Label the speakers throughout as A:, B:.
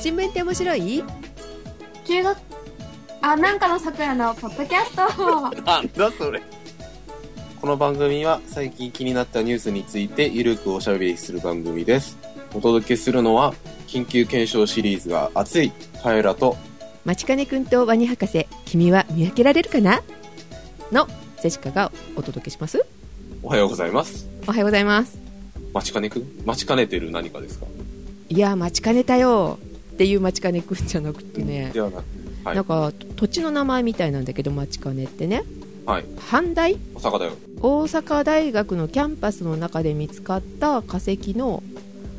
A: 新聞って面白い
B: 中学あなんかのさくらのポッドキャスト
C: なんだそれ。この番組は最近気になったニュースについてゆるくおしゃべりする番組です。お届けするのは緊急検証シリーズが熱いカエラと
A: 町金くんとワニ博士君は見分けられるかなのセシカがお届けします
C: おはようございます。
A: おはようございます
C: 待ちかねくん待ちかねてる何かですか
A: いや町金だよっていう町金くんじゃなくてね
C: ではなく、はい
A: なんか土地の名前みたいなんだけど町金ってね
C: はい。
A: 阪大
C: お魚だよ。
A: 大阪大学のキャンパスの中で見つかった化石の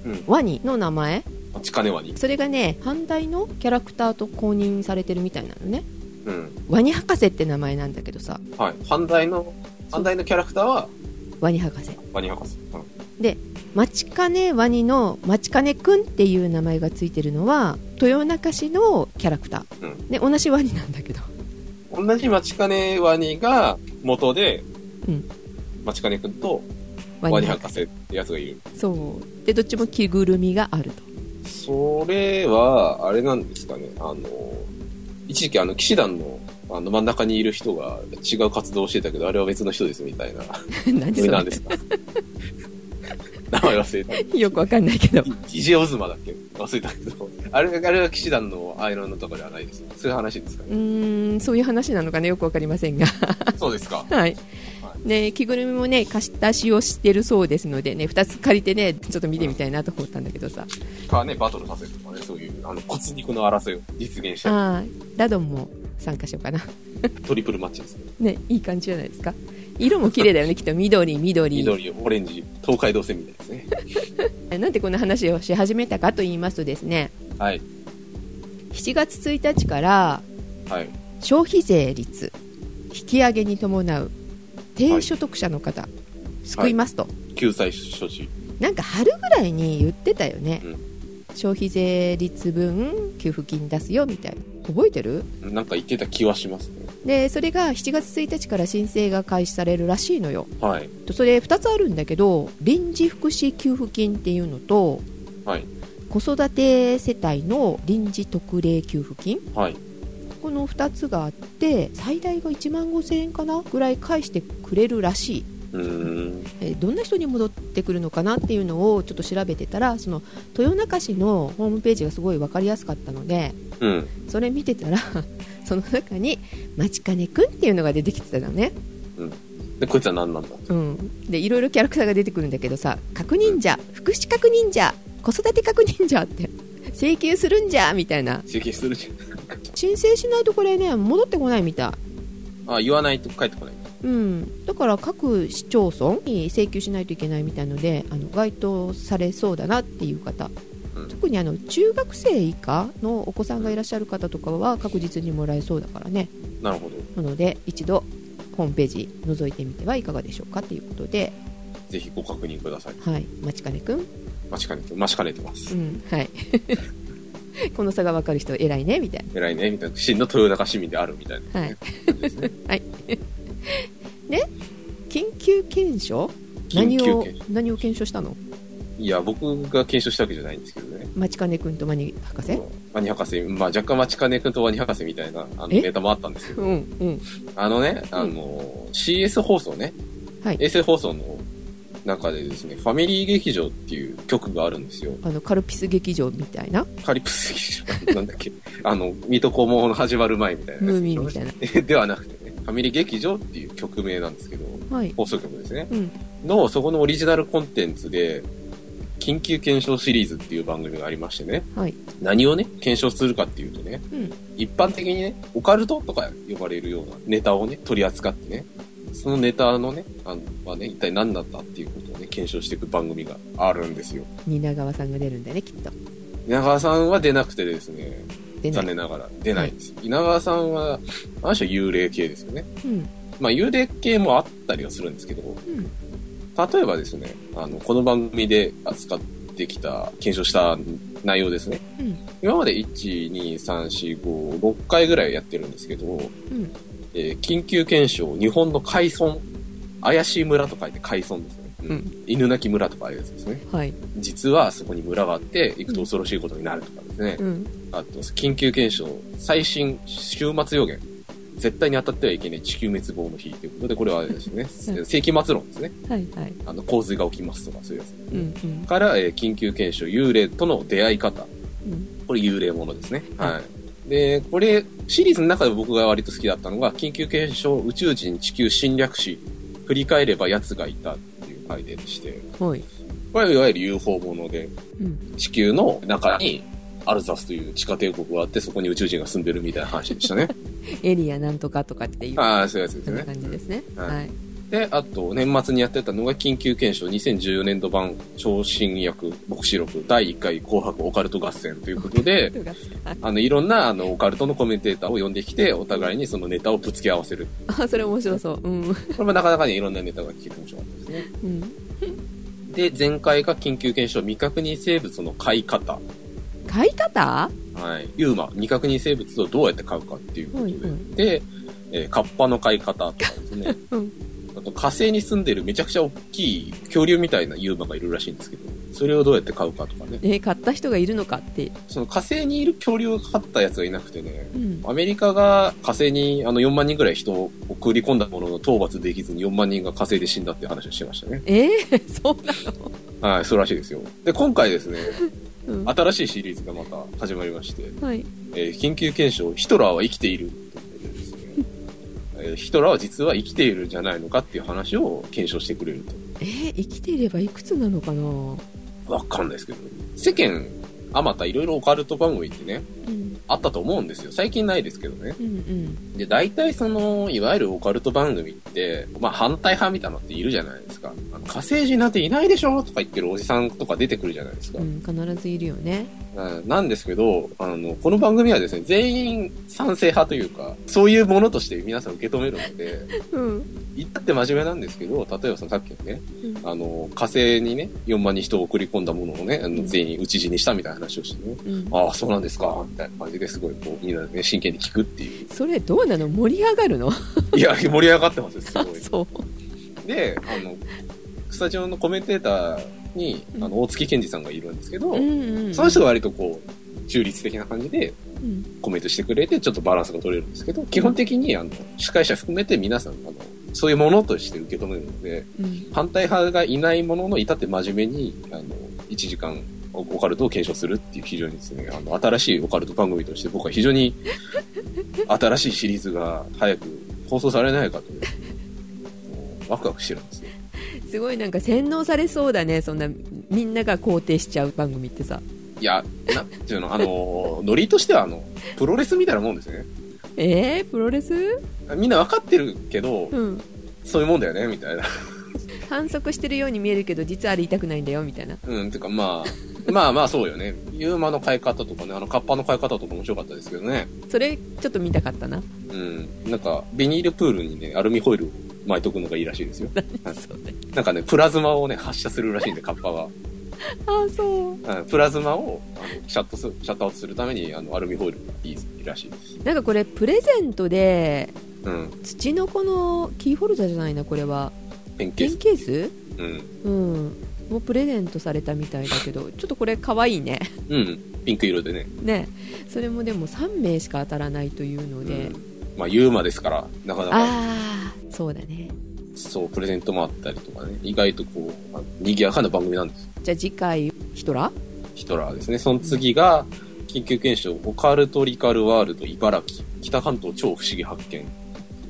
C: うん。
A: ワニの名前
C: 待ちかねワニ。
A: それがね阪大のキャラクターと公認されてるみたいなのね
C: うん。
A: ワニ博士って名前なんだけどさ
C: はい。犯罪の、
A: そう
C: 犯罪のキャラクターは
A: ワニ博士
C: ワニ博士。うん。
A: 町金ワニの町金くんっていう名前がついてるのは豊中市のキャラクター、
C: うん
A: で同じワニなんだけど
C: 同じ待ちかねワニが元で、
A: うん
C: 待ちかねくんと
A: ワ
C: ワニ博士ってやつがいる。
A: そうでどっちも着ぐるみがあると
C: それは、あれなんですかね。あの、一時期あの、騎士団の、あの、真ん中にいる人が違う活動をしてたけど、あれは別の人ですみたいな。
A: 何そ
C: それ
A: れ
C: なんですか名前忘れた。
A: よくわかんないけど
C: イジオズマだっけ忘れたけど。あれ、あれは騎士団のアイロンのとかではないですね。そういう話ですか
A: う
C: ね。
A: ーんそういう話なのかねよくわかりませんが
C: そうですか。
A: はい
C: は
A: ね、着ぐるみもね貸し出しをしてるそうですのでね2つ借りてねちょっと見てみたいなと思ったんだけどさ
C: かね、バトルさせるとかね、そういう、あの、骨肉の争いを実現した
A: ああラドンも参加しようかな
C: トリプルマッチですね。
A: ねいい感じじゃないですか色も綺麗だよねきっと緑緑
C: 緑、オレンジ、東海道線みたいですね。
A: なんでこんな話をし始めたかと言いますとですね
C: はい。
A: 7月1日から
C: はい。
A: 消費税率引き上げに伴う低所得者の方、救いますと、
C: 救済処置。
A: なんか春ぐらいに言ってたよね、
C: う
A: 消費税率分給付金出すよみたいな覚えてる
C: なんか言ってた気はしますね。
A: でそれが7月1日から申請が開始されるらしいのよ
C: はい。
A: とそれ2つあるんだけど臨時福祉給付金っていうのと
C: はい。
A: 子育て世帯の臨時特例給付金
C: はい。
A: この2つがあって最大が1万5000円かなぐらい返してくれるらしい、
C: うーん。
A: えーどんな人に戻ってくるのかなっていうのをちょっと調べてたらその豊中市のホームページがすごい分かりやすかったので
C: うん。
A: それ見てたら その中に「まちかねくん」っていうのが出てきてたのね、
C: で、こいつは何なんだ
A: うん、でいろいろキャラクターが出てくるんだけどさ「確認じゃ福祉確認じゃ子育て確認じゃ」って請求するんじゃみたいな
C: 整形するじ
A: 申請しないとこれね戻ってこないみたい
C: ゃん。あ、言 わないと帰ってこない。
A: うん、だから各市町村に請求しないといけないみたいのであの該当されそうだなっていう方、
C: うん
A: 特にあの中学生以下のお子さんがいらっしゃる方とかは確実にもらえそうだからね
C: なるほど。
A: なので一度ホームページ覗いてみてはいかがでしょうかということで、
C: ぜひご確認ください。
A: はい、町金くん、
C: 待ちかねて、待ちかねてま
A: う
C: す。
A: んはい、 この差が分かる人偉いねみたい
C: 偉いね、みたいな。真の豊中市民であるみたい
A: な、
C: な、
A: はい
C: 感じですね。
A: 緊急検証
C: 緊急
A: 何を
C: 検証
A: 何を検証したの
C: いや、僕が検証したわけじゃないんですけどね。
A: 町金くんとマニ博士
C: ワニ博士、まあ若干待ちかねくんとワニ博士みたいな、あの、
A: え
C: ネタもあったんですけど
A: う。んうん
C: あのね、あの、CS 放送ね。
A: はい
C: 衛星放送の中でですね、ファミリー劇場っていう曲があるんですよ。
A: あのカルピス劇場みたいな
C: カリプス劇場なんだっけ あの、水戸黄門の始まる前みたいな
A: ム
C: や
A: ー
C: つ
A: ミンみたいな。
C: ではなくてね、ファミリー劇場っていう曲名なんですけど、
A: はい。
C: 放送局ですね。
A: うん。
C: の、そこのオリジナルコンテンツで、緊急検証シリーズっていう番組がありましてね、
A: はい。
C: 何をね、検証するかっていうとね、
A: うん
C: 一般的にね、オカルトとか呼ばれるようなネタをね、取り扱ってね、そのネタのね、あの、はね、一体何だったっていうことをね、検証していく番組があるんですよ。
A: 蜷川さんが出るんだね、きっと。
C: 稲川さんは出なくてですね、
A: 出な
C: 残
A: い。
C: 念ながら出ないんです。稲川さんは、あの人は幽霊系ですよね。
A: うん。
C: まあ幽霊系もあったりはするんですけど、
A: うん。
C: 例えばですね、あの、この番組で扱ってきた、検証した内容ですね。
A: うん。
C: 今まで1、2、3、4、5、6回ぐらいやってるんですけど、
A: うん。
C: えー緊急検証、日本の海村、怪しい村と書いて海村ですね。
A: うん
C: 犬鳴村とかあるやつですね。
A: はい
C: 実はそこに村があって、行くと恐ろしいことになるとかですね。
A: うん
C: あと、緊急検証、最新終末予言。絶対に当たってはいけない地球滅亡の日ということで、これはあれですよね。
A: ん
C: 世紀末論ですね。
A: はいはい
C: あの、洪水が起きますとか、そういうやつ。
A: うんうん
C: から、えー緊急検証、幽霊との出会い方。
A: うん
C: これ幽霊ものですね。はい。で、これ、シリーズの中で僕が割と好きだったのが、緊急検証宇宙人地球侵略史、振り返れば奴がいたっていう回でして、
A: はい
C: これはいわゆる UFO もので、
A: うん
C: 地球の中にアルザスという地下帝国があって、そこに宇宙人が住んでるみたいな話でしたね。
A: エリアなんとかとかっていう
C: ああ、そういうやつで
A: そ
C: す
A: んな
C: ね。
A: 感じですね
C: はい
A: はい
C: で、あと、年末にやってたのが、緊急検証2014年度版、超新薬、牧師録、第1回紅白オカルト合戦ということで、あの、いろんな、あの、オカルトのコメンテーターを呼んできて、お互いにそのネタをぶつけ合わせる。
A: あそれ面白そううん
C: これもなかなかにいろんなネタが聞けて面白かったですね。
A: うん
C: で、前回が緊急検証、未確認生物の飼い方。
A: 買い方
C: はい。ユーマ、未確認生物をどうやって飼うかっていうことで。
A: はいはい。
C: で、えーカッパの飼い方とかですね
A: うん
C: あと、火星に住んでるめちゃくちゃ大きい恐竜みたいなユーマがいるらしいんですけど、それをどうやって飼うかとかね。
A: え買った人がいるのかって
C: その火星にいる恐竜を飼ったやつがいなくてね、
A: うん
C: アメリカが火星にあの4万人ぐらい人を送り込んだものの討伐できずに4万人が火星で死んだっていう話をしてましたね。
A: えーそうな
C: はい、そうらしいですよ。で、今回ですね、
A: の
C: 新しいシリーズがまた始まりまして、
A: うんはい
C: えー緊急検証、ヒトラーは生きているということでですね、えーヒトラーは実は生きているんじゃないのかっていう話を検証してくれる
A: えー生きていればいくつなのかな
C: と。わかんないですけど、世間、あまたいろいろオカルト番組ってね、
A: うん
C: あったと思うんですよ。最近ないですけどね。
A: うんうん
C: で、大体その、いわゆるオカルト番組って、まあ反対派みたいなのっているじゃないですか。あの火星人なんていないでしょとか言ってるおじさんとか出てくるじゃないですか
A: う。ん必ずいるよね
C: うんなんですけど、あの、この番組はですね、全員賛成派というか、そういうものとして皆さん受け止めるので、
A: うん
C: 言ったって真面目なんですけど、例えばそのさっきのね、
A: うん
C: あの、火星にね、4万人人を送り込んだものをね、あ
A: う
C: の
A: ん
C: 全員討ち死にしたみたいな話をしてね、
A: うん
C: ああ、そうなんですか、みたいな感じですごい、こう、みんなね、真剣に聞くっていう。
A: それどうなの盛り上がるの
C: いや、盛り上がってますよ、すごい。
A: そう
C: で、あの、スタジオのコメンテーターに、あの、大月健二さんがいるんですけど、
A: うんうん
C: その人が割とこう、中立的な感じで
A: うん
C: コメントしてくれて、ちょっとバランスが取れるんですけど、基本的に、あの、司会者含めて皆さん、あの、そういうものとして受け止めるので、
A: うん
C: 反対派がいないものの、至って真面目に、あの、1時間、オカルトを検証するっていう非常にですね、あの、新しいオカルト番組として僕は非常に新しいシリーズが早く放送されないかと、もうワクワクしてるんですよ。
A: すごいなんか洗脳されそうだねそんなみんなが肯定しちゃう番組ってさ
C: いや、なんていうの、あの、ノリとしてはあの、プロレスみたいなもんですね。
A: えー、プロレス
C: みんなわかってるけど、
A: うん
C: そういうもんだよね、みたいな。
A: 反則してるように見えるけど実はあれ痛くないんだよみたいな
C: うん、てかまあ、まあまあそうよね。ユーマの買い方とかね、あの、カッパの買い方とか面白かったですけどね。
A: それちょっと見たかったな
C: うん。なんか、ビニールプールにね、アルミホイルを巻いとくのがいいらしいですよ。
A: そ れ
C: なんかね、プラズマをね、発射するらしいんで、カッパは。
A: ああそう
C: うん、プラズマを、あの、シャットす、シャットアウトするために、あの、アルミホイルがいいらしいです。
A: なんかこれプレゼントで
C: うん。
A: 土のこのキーホルダーじゃないなこれは
C: ペンケー
A: ペン
C: ス。
A: ケース
C: うん。
A: うんもうプレゼントされたみたいだけどちょっとこれかわいいね
C: うん。ピンク色でね。
A: ねそれもでも3名しか当たらないというの
C: う
A: で、
C: ん。まあ、ユーマですから、なかなか、
A: ああそうだね
C: そう、プレゼントもあったりとかね、意外とこう、あの賑やかな番組なんですよ
A: じゃあ次回ヒトラー
C: ヒトラーですね。その次が、緊急検証、オカルトリカルワールド茨城、北関東超不思議発見。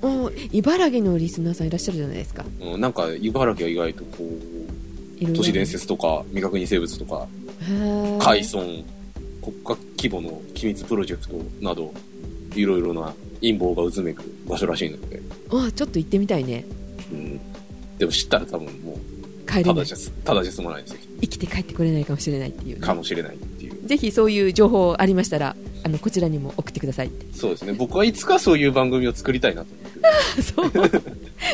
A: お茨城のリスナーさんいらっしゃるじゃないですか
C: うん、なんか、茨城は意外とこう、
A: いろいろ
C: 都市伝説とか、未確認生物とか、
A: へー
C: 海村、国家規模の機密プロジェクトなど、いろいろな陰謀がうずめく場所らしいので、
A: あちょっと行ってみたいね
C: うん。でも知ったら多分もう、
A: 帰れ
C: た
A: な
C: だ
A: い
C: じゃ、ただじゃ済まないんですよ。
A: 生きて帰ってこれないかもしれないっていうね、
C: かもしれないっていう。
A: ぜひそういう情報ありましたらあのこちらにも送ってください
C: そうですね。僕はいつかそういう番組を作りたいなと思って。
A: そう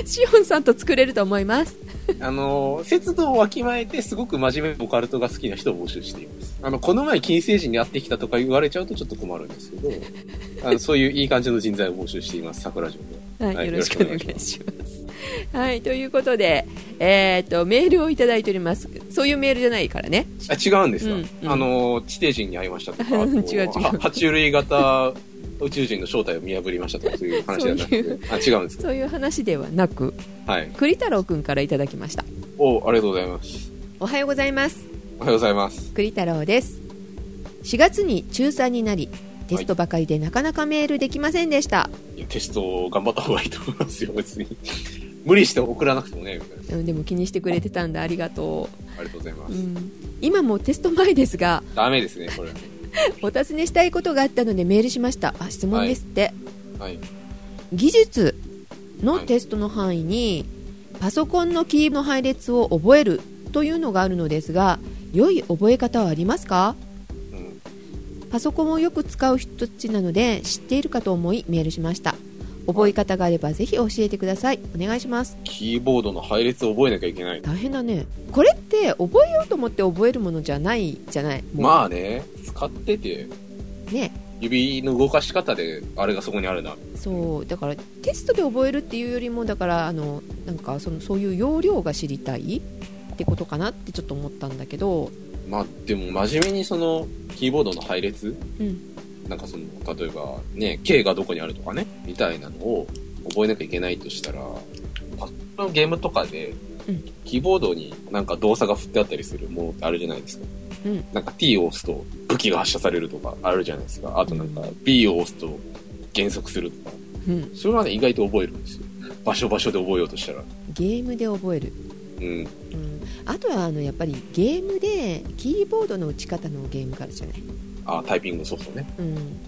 A: シオンさんと作れると思います
C: あの、節度をわきまえて、すごく真面目にオカルトが好きな人を募集しています。あの、この前金星人に会ってき たとか言われちゃうとちょっと困るんですけど、あのそういういい感じの人材を募集しています、桜城では。
A: は、
C: はいい
A: よろしくお願いします。はい、ということで、えー、とメールをいただいております。そういうメールじゃないからね。
C: あ違うんですか、
A: うんうん
C: あの地底人に会いました とかあ
A: 違う違
C: と
A: う
C: は爬虫類型宇宙人の正体を見破りましたとかそういう話じゃなくて
A: そう
C: あ違うんです
A: そういう話ではなく、
C: かはい
A: 栗太郎くんからいただきました。
C: おありがとうございます
A: おはようございます。
C: おはようございます
A: 栗太郎です。4月に中3になり、テストばかりでなかなかメールできませんでした。
C: いやテスト頑張った方がいいと思いますよ別に無理して送らなくてもねみたいな
A: うんでも気にしてくれてたんだ、ありがと
C: ありがとうございま
A: う。う
C: す、
A: ん、今もテスト前ですが、
C: ダメですねこれ
A: お尋ねしたいことがあったのでメールしました。あ、質問ですって。
C: はい
A: 技術のテストの範囲にパソコンのキーの配列を覚えるというのがあるのですが良い覚え方はありますか
C: うん
A: パソコンをよく使う人たちなので知っているかと思いメールしました覚え方があればぜひ教えてくださいお願いします
C: キーボードの配列を覚えなきゃいけない
A: 大変だねこれって覚えようと思って覚えるものじゃないじゃないもう
C: まあね使ってて
A: ね
C: 指の動かし方であれがそこにあるな
A: そうだからテストで覚えるっていうよりもだからあのなんかそのそういう要領が知りたいってことかなってちょっと思ったんだけど
C: まあでも真面目にそのキーボードの配列、
A: うん
C: なんかその例えばね K がどこにあるとかねみたいなのを覚えなきゃいけないとしたらパソコンのゲームとかで、
A: うん
C: キーボードになんか動作が振ってあったりするものってあるじゃないですか、
A: うん
C: なんか T を押すと武器が発射されるとかあるじゃないですかあとなんか B を押すと減速するとか
A: うん
C: それはね意外と覚えるんですよ場所場所で覚えようとしたら
A: ゲームで覚える、
C: うん
A: うん、あとはあのやっぱりゲームでキーボードの打ち方のゲームからじゃない、
C: あタイピングソフトね
A: うん、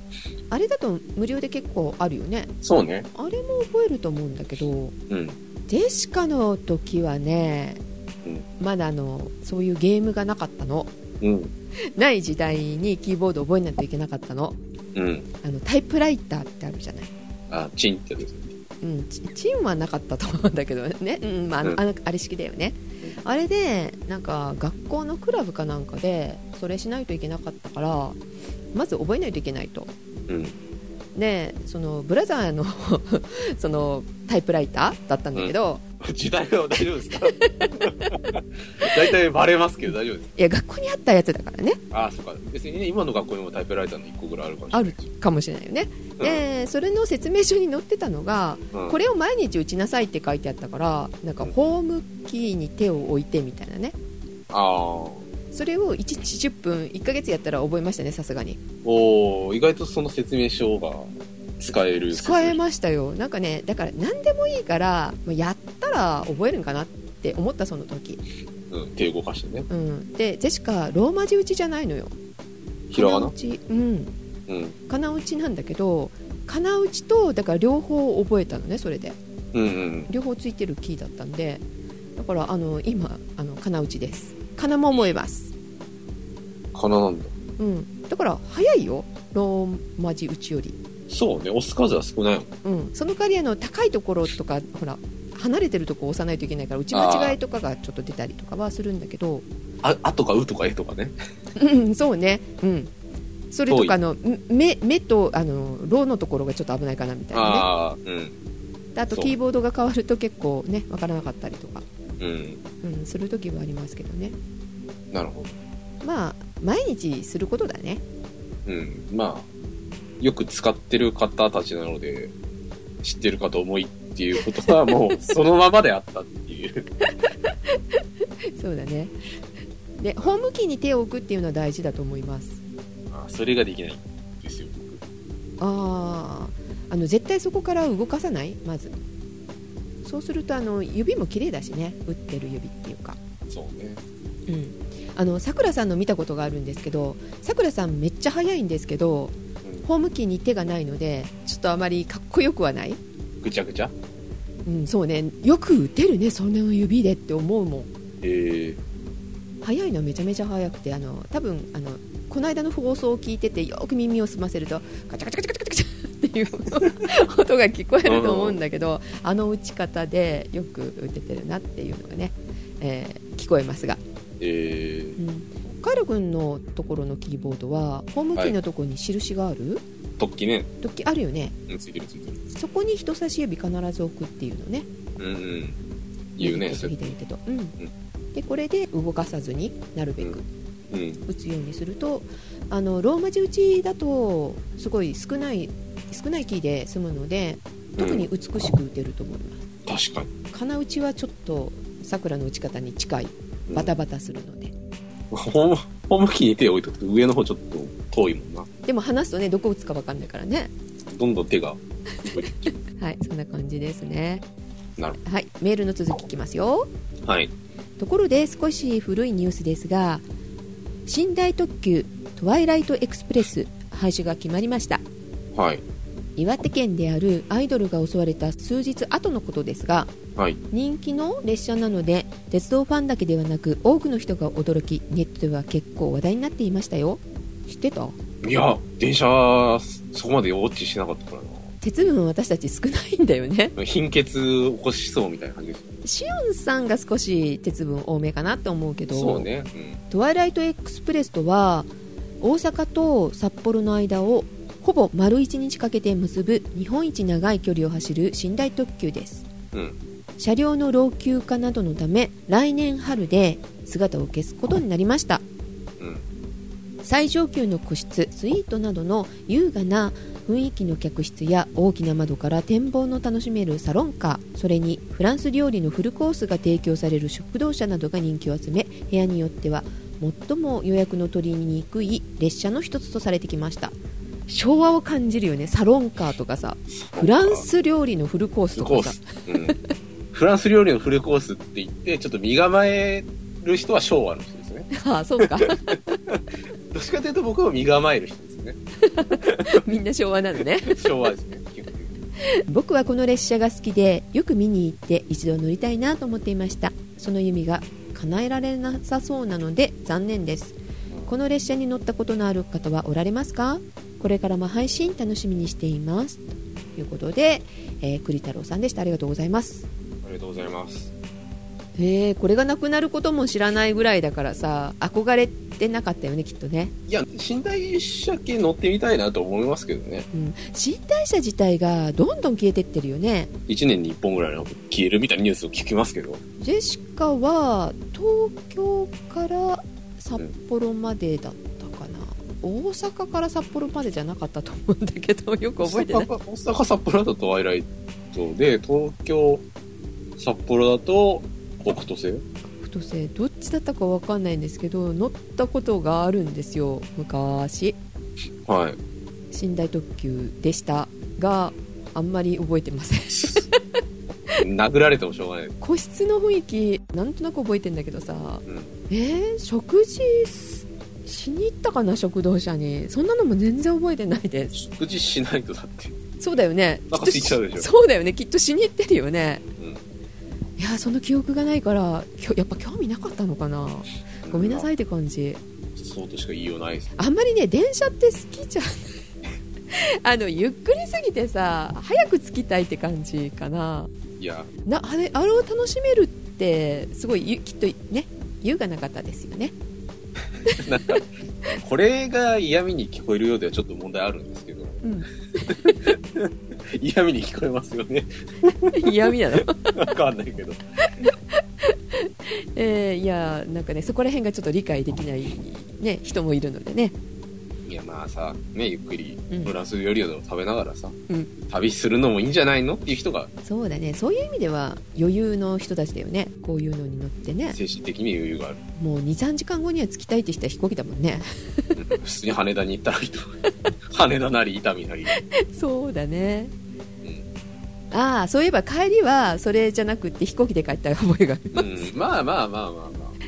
A: あれだと無料で結構あるよね
C: そうね
A: あれも覚えると思うんだけど
C: うん
A: デシカの時はね、
C: うん
A: まだあのそういうゲームがなかったの
C: うん
A: ない時代にキーボード覚えないといけなかったの
C: うん
A: あのタイプライターってあるじゃない、
C: あチンってやつですね
A: うん、チチンはなかったと思うんだけどね、 うんまあ、あの
C: うん
A: あのあれ式だよねあれでなんか学校のクラブかなんかでそれしないといけなかったからまず覚えないといけないと
C: うん
A: でそのブラザーの そのタイプライターだったんだけど、
C: 時代は大丈夫ですか 大体バレますけど大丈夫です
A: いや学校にあったやつだからね
C: ああそっか別にね今の学校にもタイプライターの1個ぐらいあるかもしれ
A: あ
C: な
A: る
C: い
A: かもしれないよね、でそれの説明書に載ってたのが
C: うんうん
A: これを毎日打ちなさいって書いてあったからなんかホームキーに手を置いてみたいなね
C: ああ
A: それを1日10分1ヶ月やったら覚えましたねさすがに
C: おお意外とその説明書が使える
A: 使え
C: す
A: ましたよなんかねだから何でもいいからまあやったら覚えるんかなって思ったその時、
C: うん手動かしてね
A: うん、でジェシカローマ字打ちじゃないのよ
C: ひら
A: 仮名
C: がな
A: 打ちうん
C: うん
A: かな打ちなんだけどかな打ちとだから両方覚えたのねそれで
C: うんうん
A: 両方ついてるキーだったんでだからあの今あのかな打ちですかなも思えます
C: かななんだ
A: うんだから早いよローマ字打ちより
C: そうね押す数は少ないもん
A: うん、その代わりあの高いところとかほら離れてるところを押さないといけないから打ち間違いとかがちょっと出たりとかはするんだけど、
C: ああとかうとかえとかね
A: うん、そうね、うん、それとかあのん目目とあのローのところがちょっと危ないかなみたいなね
C: ああうん
A: であと
C: そう
A: キーボードが変わると結構ねわからなかったりとか、
C: うん
A: うん、する時はありますけどね
C: なるほど
A: まあ毎日することだね
C: うんまあよく使ってる方たちなので知ってるかと思いっていうことはも うそのままであったっていう
A: そうだねでホームキーに手を置くっていうのは大事だと思います
C: あそれができないんですよ
A: あーあの絶対そこから動かさないまずそうするとあの指も綺麗だしね打ってる指っていうか
C: 僕そうね
A: うんあのさくらさんの見たことがあるんですけどさくらさんめっちゃ速いんですけどホームキーに手がないのでちょっとあまりかっこよくはない、
C: ぐちゃぐちゃ
A: うん、そうねよく打てるねそんなの指でって思うもん
C: ええ
A: 速いのめちゃめちゃ速くてあの多分あのこの間の放送を聞いててよく耳を澄ませるとガチャガチャガチャガチャガチャっていう音が聞こえると思うんだけどあの打ち方でよく打ててるなっていうのがね、えー聞こえますが、
C: ええ
A: うん、カイロ君のところのキーボードはホームキーのところに印がある、
C: 時ね、
A: 時あるよね
C: うんついてるついてる。
A: そこに人差し指必ず置くっていうのね
C: うんうん。言うね、
A: 右手
C: そ
A: と
C: れ。
A: 左手と、うん、でこれで動かさずになるべく
C: うん。
A: 打つようにするとあのローマ字打ちだとすごい少ない少ないキーで済むので特に美しく打てると思います、
C: 確かに。
A: 金打ちはちょっとさくらの打ち方に近い
C: うん
A: バタバタするので、
C: ホーム、ホーム機に手を置いとくと上の方ちょっと遠いもんな。
A: でも離すとねどこ打つか分かんないからね
C: どんどん手が。
A: はいそんな感じですね
C: なる
A: はいメールの続きいきますよ
C: はい。
A: ところで少し古いニュースですが寝台特急トワイライトエクスプレス廃止が決まりました
C: はい。
A: 岩手県であるアイドルが襲われた数日後のことですが
C: はい。
A: 人気の列車なので鉄道ファンだけではなく多くの人が驚きネットでは結構話題になっていましたよ知ってた
C: いや、電車、そこまでウォッチしてなかったから
A: 鉄分私たち少ないんだよね
C: な。貧血起こしそうみたいな感じです。
A: シオンさんが少し鉄分多めかなと思うけど
C: そうね。
A: トワイライトエクスプレスとは大阪と札幌の間をほぼ丸1日かけて結ぶ日本一長い距離を走る寝台特急です、
C: うん
A: 車両の老朽化などのため来年春で姿を消すことになりました、
C: うん
A: 最上級の個室スイートなどの優雅な雰囲気の客室や大きな窓から展望の楽しめるサロンカーそれにフランス料理のフルコースが提供される食堂車などが人気を集め部屋によっては最も予約の取りにくい列車の一つとされてきました昭和を感じるよねサロンカーとかさ
C: うん。
A: フランス料理のフルコース
C: フ
A: と
C: ルコ
A: か
C: ー
A: さ
C: ス。うん。フランス料理のフルコースって言って、ちょっと身構える人は昭和の人ですね。
A: ああそうか
C: どっちかというと僕は身構える人ですね。
A: みんな昭和なのね
C: 昭和ですね。基本的に
A: 僕はこの列車が好きでよく見に行って一度乗りたいなと思っていましたその夢が叶えられなさそうなので残念ですこの列車に乗ったことのある方はおられますかこれからも配信楽しみにしていますということで、えー栗太郎さんでしたありがとうございます
C: ありがとうございます。
A: へえこれがなくなることも知らないぐらいだからさ憧れてなかったよねきっとね、
C: いや、寝台車系乗ってみたいなと思いますけどね。
A: うん、新台車自体がどんどん消えてってるよね
C: 1年に1本ぐらいの消えるみたいなニュースを聞きますけど。
A: ジェシカは東京から札幌までだったかな、大阪から札幌までじゃなかったと思うんだけどよく覚えてない
C: 大阪、大阪札幌だとワイライトで、東京、札幌だと北斗星
A: 太星どっちだったかわかんないんですけど乗ったことがあるんですよ昔
C: はい。
A: 寝台特急でしたがあんまり覚えてません
C: 殴られてもしょうがない。
A: 個室の雰囲気なんとなく覚えてんだけどさ、
C: うん
A: えー食事しに行ったかな食堂車にそんなのも全然覚えてないです
C: 食事しないとだって。
A: そうだよね。
C: お腹
A: きっと
C: 空いちゃうでしょ
A: そうだよね。きっと死に行ってるよね。
C: うん
A: いやその記憶がないからきょやっぱ興味なかったのかなごめんなさい
C: い。
A: って感じ
C: そうとしか言いようないです。
A: あんまりね電車って好きじゃない あのゆっくりすぎてさ早く着きたいって感じかない
C: や、
A: なあれあれを楽しめるってすごいゆきっとね優雅な方ですよね
C: なんか、 これが嫌味に聞こえるようではちょっと問題あるんですけど、
A: うん
C: 嫌味に聞こえますよね。
A: 嫌味なの、
C: わかんないけど。
A: えーいやなんかねそこら辺がちょっと理解できない、ね、人もいるのでね
C: いや、まあさ、ね、ゆっくり
A: うん
C: フランス料理を食べながらさ、
A: うん
C: 旅するのもいいんじゃないのっていう人が
A: そうだねそういう意味では余裕の人たちだよねこういうのに乗ってね
C: 精神的に余裕がある。
A: もう23時間後には着きたいって人は飛行機だもんね
C: うん普通に羽田に行ったらいいと 思う。羽田なり、伊丹なり。
A: そうだねああそういえば帰りはそれじゃなくって飛行機で帰った覚えがある
C: うん、まあまあまあまあ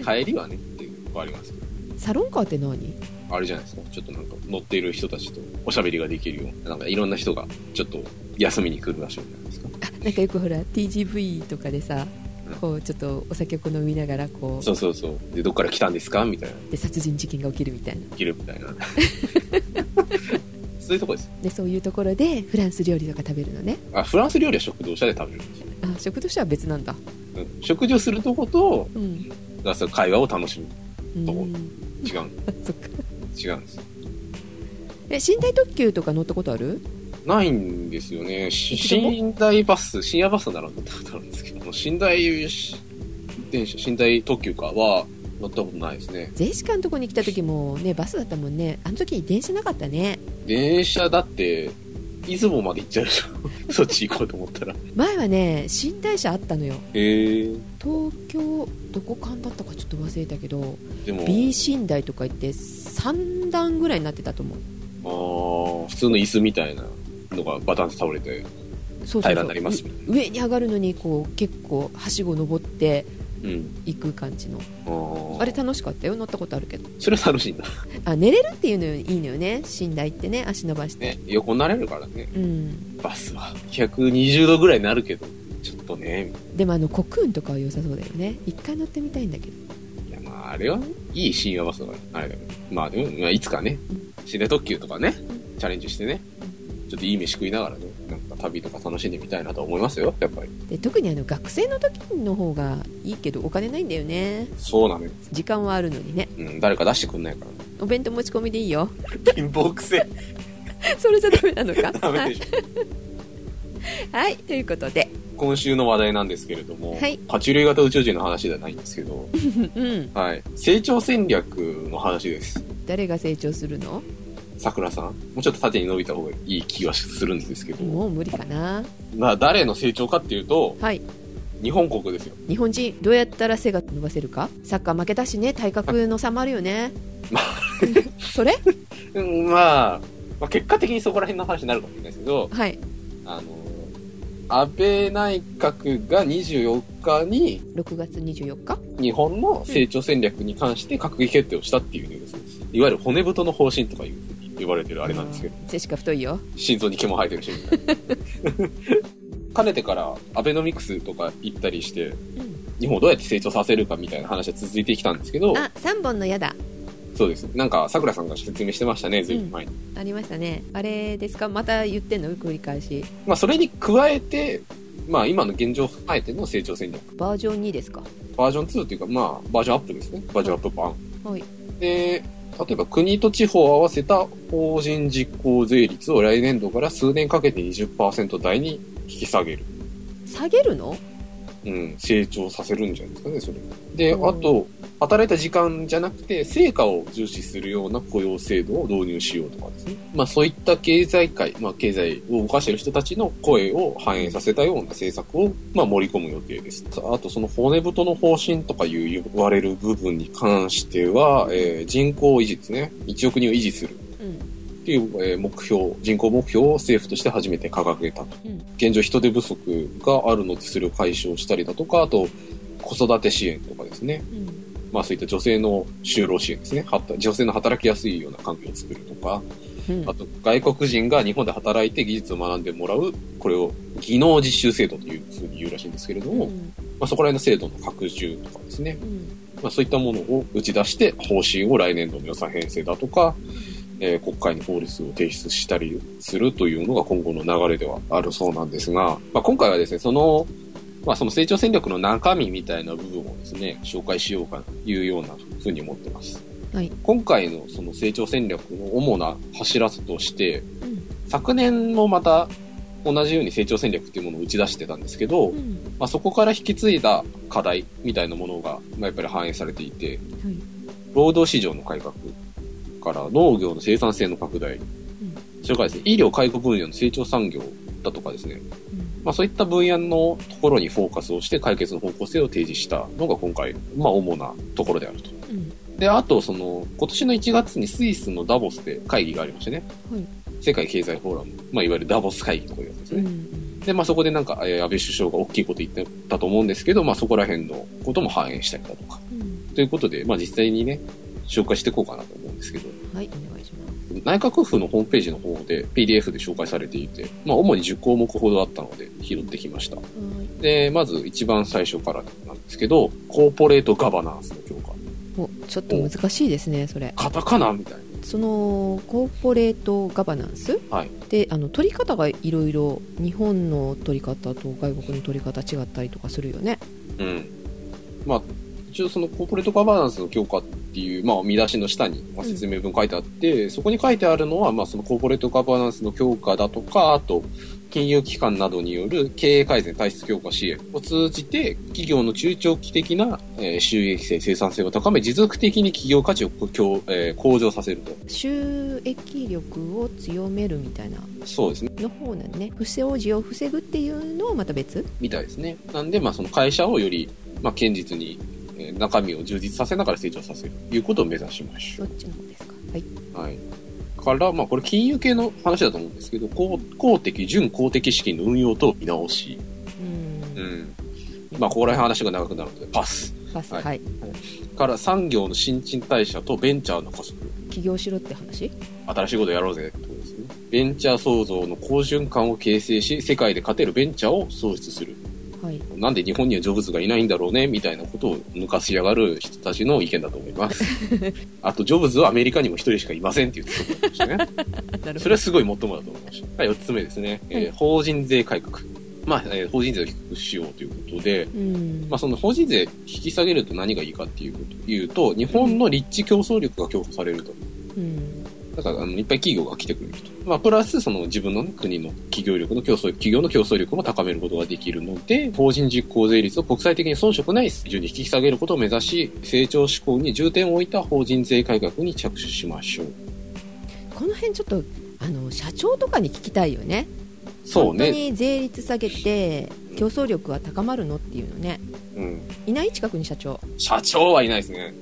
C: まあ、帰りはねっていうのはありますけど。
A: サロンカーって何
C: あれじゃないですか。ちょっとなんか乗っている人たちとおしゃべりができるような、なんかいろんな人がちょっと休みに来るらしいじゃないですか。
A: あなんかよくほら TGV とかでさこうちょっとお酒を飲みながらこ
C: そうそうそう。で、どっから来たんですかみ たいな。
A: うで殺人事件が起きるみたいな
C: 来るみたいな。そういうとこです。
A: でそういうところでフランス料理とか食べるのね
C: あ、フランス料理は食堂車で食べるんですよ。
A: あ食堂車は別なんだ
C: うん食事をするとこと、
A: うん
C: がその会話を楽しむ。
A: う
C: どうん違う
A: あそっか
C: 違うんです
A: え寝台特急とか乗ったことある
C: ないんですよね。し
A: 一度も
C: 寝台バス、深夜バスなら乗ったことあるんですけど、あの寝台し電車、寝台特急かは乗ったことないですね。
A: ゼシカのとこに来た時もねバスだったもんねあの時に電車なかったね
C: 電車だって、出雲まで行っちゃうでしょ。 そっち行こうと思ったら。
A: 前はね寝台車あったのよ
C: へえ。
A: 東京どこ間だったかちょっと忘れたけど
C: でも、
A: B 寝台とか言って3段ぐらいになってたと思う
C: あー普通の椅子みたいなのがバタンと倒れて
A: そうそう
C: 平
A: そ
C: ら
A: う
C: になりますみたいう
A: 上に上がるのにこう結構はしご登って
C: な。うん。
A: いく感じの
C: あー
A: あれ楽しかったよ乗ったことあるけど
C: それは楽しいんだ。
A: あ寝れるっていうのいいのよね寝台ってね足伸ばして、
C: ね、横になれるからね。
A: うん
C: バスは。120度ぐらいになるけど、ちょっとね、
A: でもあのコクーンとかは良さそうだよね一回乗ってみたいんだけど
C: いや、まあ、あれは、いい深夜バスだから、あれだけど。まあ、でも、まあ、いつかね、寝台特急とかね、チャレンジしてね、ちょっといい飯食いながらね、なんか旅とか楽しんでみたいなと思いますよ、やっぱり。
A: で特にあの学生の時の方がいいけどお金ないんだよね
C: そうなのよ。
A: 時間はあるのにね
C: うん、誰か出してくんないか
A: お弁当持ち込みでいいよ
C: ら。 貧乏くせ。
A: それじゃダメなのか
C: ダメでしょ。
A: はいということで
C: 今週の話題なんですけれども、
A: はい
C: 爬虫類型宇宙人の話ではないんですけど、
A: うん
C: はい。成長戦略の話です。
A: 誰が成長するの
C: 桜さん、もうちょっと縦に伸びた方がいい気はするんですけど、
A: もう無理かな
C: まあ、誰の成長かっていうと、
A: はい
C: 日本国ですよ。
A: 日本人どうやったら背が伸ばせるかサッカー負けたしね体格の差もあるよ ねそれ
C: うんまあ、まあ、結果的にそこら辺の話になるかもしれないですけど、
A: はい
C: あの、安倍内閣が24日に
A: 6月24日
C: 日本の成長戦略に関して閣議決定をしたっていうニュースです。いわゆる骨太の方針とかいう言われてるあれなんですけど、
A: 背しか太いよ
C: 心臓に毛も生えてるし、みたいなかねてからアベノミクスとか行ったりして、日本をどうやって成長させるかみたいな話は続いてきたんですけど、
A: あ三3本の矢だ
C: そうです。なんか、桜さんが説明してましたね、ずいぶん前に。
A: ありましたねあれですかまた言ってんの繰り返し
C: まあ、それに加えて、まあ、今の現状を踏まえての成長戦略。
A: バージョン2ですか
C: バージョン2というか、まあ、バージョンアップですね。バージョンアップ版。
A: はい
C: で、例えば国と地方を合わせた法人実行税率を来年度から数年かけて20%台に引き下げる。
A: 下げるの
C: うん、成長させるんじゃないですかね、それ。で、
A: うん
C: あと、働いた時間じゃなくて、成果を重視するような雇用制度を導入しようとかですね。まあそういった経済界、まあ経済を動かしている人たちの声を反映させたような政策を、まあ盛り込む予定です。あとその骨太の方針とかいう言われる部分に関しては、えー人口を維持ですね。1億人を維持する。
A: うん
C: っていうえー目標、人口目標を政府として初めて掲げたと。
A: うん
C: 現状人手不足があるのでそれを解消したりだとか、あと子育て支援とかですね。
A: うん
C: まあそういった女性の就労支援ですね。はた女性の働きやすいような環境を作るとか、
A: うん
C: あと外国人が日本で働いて技術を学んでもらう、これを技能実習制度というふうに言うらしいんですけれども、
A: うん
C: まあそこら辺の制度の拡充とかですね。
A: うん
C: まあ、そういったものを打ち出して、方針を来年度の予算編成だとか、えー国会に法律を提出したりするというのが今後の流れではあるそうなんですが、まあ、今回はですね、その、まあ、その成長戦略の中身みたいな部分をですね、紹介しようかというようなふうに思ってます。
A: はい
C: 今回のその成長戦略の主な柱として、
A: うん
C: 昨年もまた同じように成長戦略っていうものを打ち出してたんですけど、
A: うん
C: まあ、そこから引き継いだ課題みたいなものが、まあ、やっぱり反映されていて、
A: はい
C: 労働市場の改革から農業の生産性の拡大、それからですね、医療介護分野の成長産業だとかですね、
A: うん
C: まあ、そういった分野のところにフォーカスをして解決の方向性を提示したのが今回、まあ、主なところであると。
A: うん
C: で、あと、その、今年の1月にスイスのダボスで会議がありましてね、
A: はい
C: 世界経済フォーラム、まあ、いわゆるダボス会議とかいうやつです
A: う
C: ね。
A: ん
C: で、まあ、そこでなんか、えー安倍首相が大きいこと言ってたと思うんですけど、まあ、そこら辺のことも反映したりだとか。
A: うん
C: ということで、まあ、実際にね、紹介していこうかなと思うんですけど、
A: はいお願いします
C: 内閣府のホームページの方で PDF で紹介されていて、まあ、主に10項目ほどあったので拾ってきました。
A: はい
C: で、まず一番最初からなんですけど、コーポレートガバナンスの強化。
A: おちょっと難しいですねそれ
C: カタカナみたいな。
A: そのコーポレートガバナンス、
C: はい
A: であの取り方がいろいろ日本の取り方と外国の取り方違ったりとかするよね
C: うん。まあ、一応そのコーポレートガバナンスの強化っていう、まあ、見出しの下に、まあ、説明文書いてあって、そこに書いてあるのは、まあ、そのコーポレートガバナンスの強化だとか、あと、金融機関などによる経営改善、体質強化支援を通じて、企業の中長期的なえー収益性、生産性を高め、持続的に企業価値を強、えー向上させると。
A: 収益力を強めるみたいな
C: そうですね。
A: の方なんね不正事を防ぐっていうのをまた別
C: みたいですね。なんで、まあ、その会社をより、まあ、堅実に、えー中身を充実させながら成長させるということを目指しましょ
A: どっちの方ですかはい、
C: う。はい。から、まあ、これ金融系の話だと思うんですけど、公公的、準公的資金の運用と見直し。
A: うん
C: うん。まあ、ここら辺話が長くなるので、パス。
A: パス
C: は
A: はいい、
C: から、産業の新陳代謝とベンチャーの加速。
A: 起業しろって話
C: 新しいことやろうぜってことですね。ベンチャー創造の好循環を形成し、世界で勝てるベンチャーを創出する。
A: はい
C: なんで日本にはジョブズがいないんだろうねみたいなことを抜かしやがる人たちの意見だと思います。あと、ジョブズはアメリカにも一人しかいませんって言ってたところでしたね。
A: なる
C: それはすごいもっともだと思いました。4つ目ですね、えー法人税改革。まあ、えー法人税を低くしようということで、
A: うん
C: まあ、その法人税引き下げると何がいいかっていうことを言うと、日本の立地競争力が強化されると。
A: うん
C: だから、あの、いっぱい企業が来てくれると。まあ、プラス、その自分のね国の企業力の競争、企業の競争力も高めることができるので、法人実行税率を国際的に遜色ない水準に引き下げることを目指し、成長志向に重点を置いた法人税改革に着手しましょう。
A: この辺ちょっとあの社長とかに聞きたいよね
C: そう
A: 本当
C: ね。
A: に税率下げて競争力は高まるのっていうのね
C: うん。
A: いない近くに社長、
C: 社長はいないですね。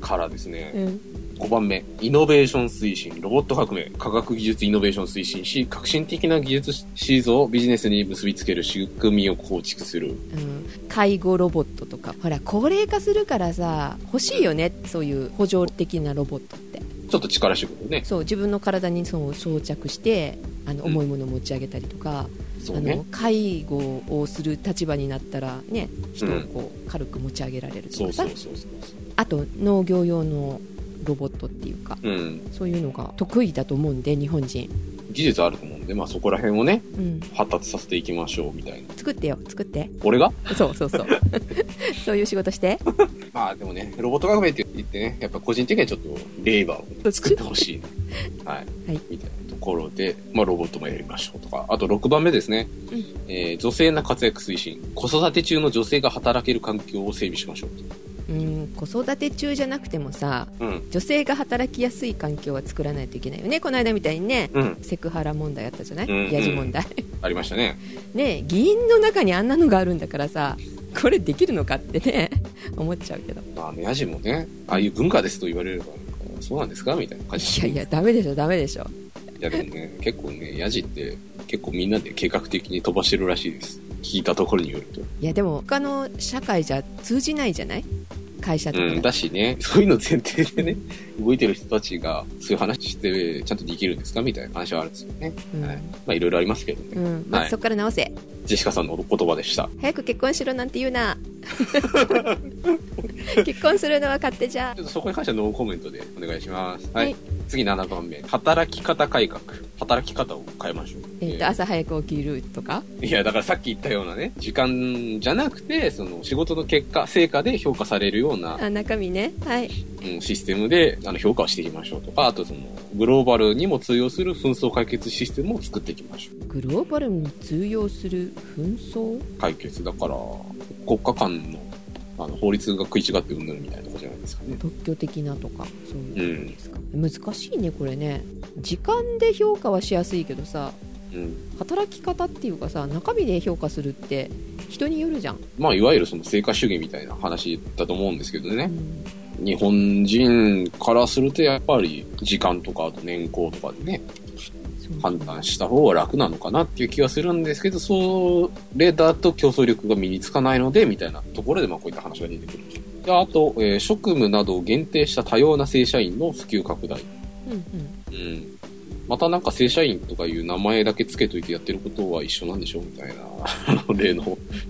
C: からですね、
A: ん、
C: 5番目、イノベーション推進、ロボット革命、科学技術イノベーション推進し、革新的な技術シーズンをビジネスに結びつける仕組みを構築する。
A: うん介護ロボットとかほら高齢化するからさ欲しいよねそういう補助的なロボットって
C: ちょっと力仕事ね。
A: そう自分の体にそう装着してあの
C: うん
A: 重いものを持ち上げたりとか、
C: そう
A: あ
C: ね
A: の。介護をする立場になったら、ね、人
C: う
A: を
C: ん
A: こう軽く持ち上げられると
C: そ
A: か
C: う
A: さ、
C: そうそうそう。
A: あと農業用のロボットっていうか
C: うん。
A: そういうのが得意だと思うんで日本人、
C: 技術あると思うんで、まあそこら辺をね、
A: うん、
C: 発達させていきましょうみたいな。
A: 作ってよ作って
C: 俺が
A: そうそうそう そういう仕事して
C: まあでもね、ロボット革命って言ってね、やっぱ個人的にはちょっとレーバーを作ってほ しいな。はい。
A: はい
C: みたいなところで、まあロボットもやりましょうとか。あと6番目ですね。
A: うん
C: えー女性の活躍推進。子育て中の女性が働ける環境を整備しましょ
A: うん子育て中じゃなくてもさ
C: う。うん。
A: 女性が働きやすい環境は作らないといけないよねこの間みたいにね
C: うん。
A: セクハラ問題あったじゃない
C: うんうん
A: ヤジ問題
C: ありましたね。
A: ね議員の中にあんなのがあるんだからさこれできるのかってね思っちゃうけど
C: まあ、ね、ヤジもね、ああいう文化ですと言われれば、そうなんですかみたいな感じ。
A: いやいやダメでしょダメでしょ
C: いやでもね、結構ね、ヤジって結構みんなで計画的に飛ばしてるらしいです。聞いたところによると。
A: いやでも他の社会じゃ通じないじゃない会社と
C: う
A: か
C: ん、
A: だ
C: だしね、そういうの前提でね、動いてる人たちがそういう話してちゃんとできるんですかみたいな話はあるんですよね。
A: うん
C: はい。まあいろいろありますけど
A: う
C: ね。
A: んま
C: はい
A: ずそこから直せ、
C: ジェシカさんのお言葉でした。
A: 早く結婚しろなんて言うな 結婚するのは勝手じゃ
C: ちょっとそこに関してはノーコメントでお願いします。はい。
A: はい
C: 次7番目。働き方改革。働き方を変えましょう。
A: えーと朝早く起きるとか
C: いや、だからさっき言ったようなね、時間じゃなくて、その仕事の結果、成果で評価されるような
A: あ中身ねはい
C: うんシステムであの評価をしていきましょうとか、あとそのグローバルにも通用する紛争解決システムを作っていきましょ
A: グローバルに通用する紛争
C: う。解決だから、国家間のあの法律が食い違って生んるみたいなとこじゃないですかね。
A: 特許的なとかそういうことですか、難しいねこれね時間で評価はしやすいけどさ
C: うん。
A: 働き方っていうかさ中身で評価するって人によるじゃん、
C: まあ、いわゆるその成果主義みたいな話だと思うんですけど
A: う
C: ね。
A: ん
C: 日本人からするとやっぱり時間とか、あと年功とかでね、
A: そう
C: 判断した方が楽なのかなっていう気はするんですけど、それだと競争力が身につかないので、みたいなところで、まあこういった話が出てくる。であと、えー職務などを限定した多様な正社員の普及拡大。
A: うんうん
C: うん。またなんか正社員とかいう名前だけつけといてやってることは一緒なんでしょうみたいな、 あの例の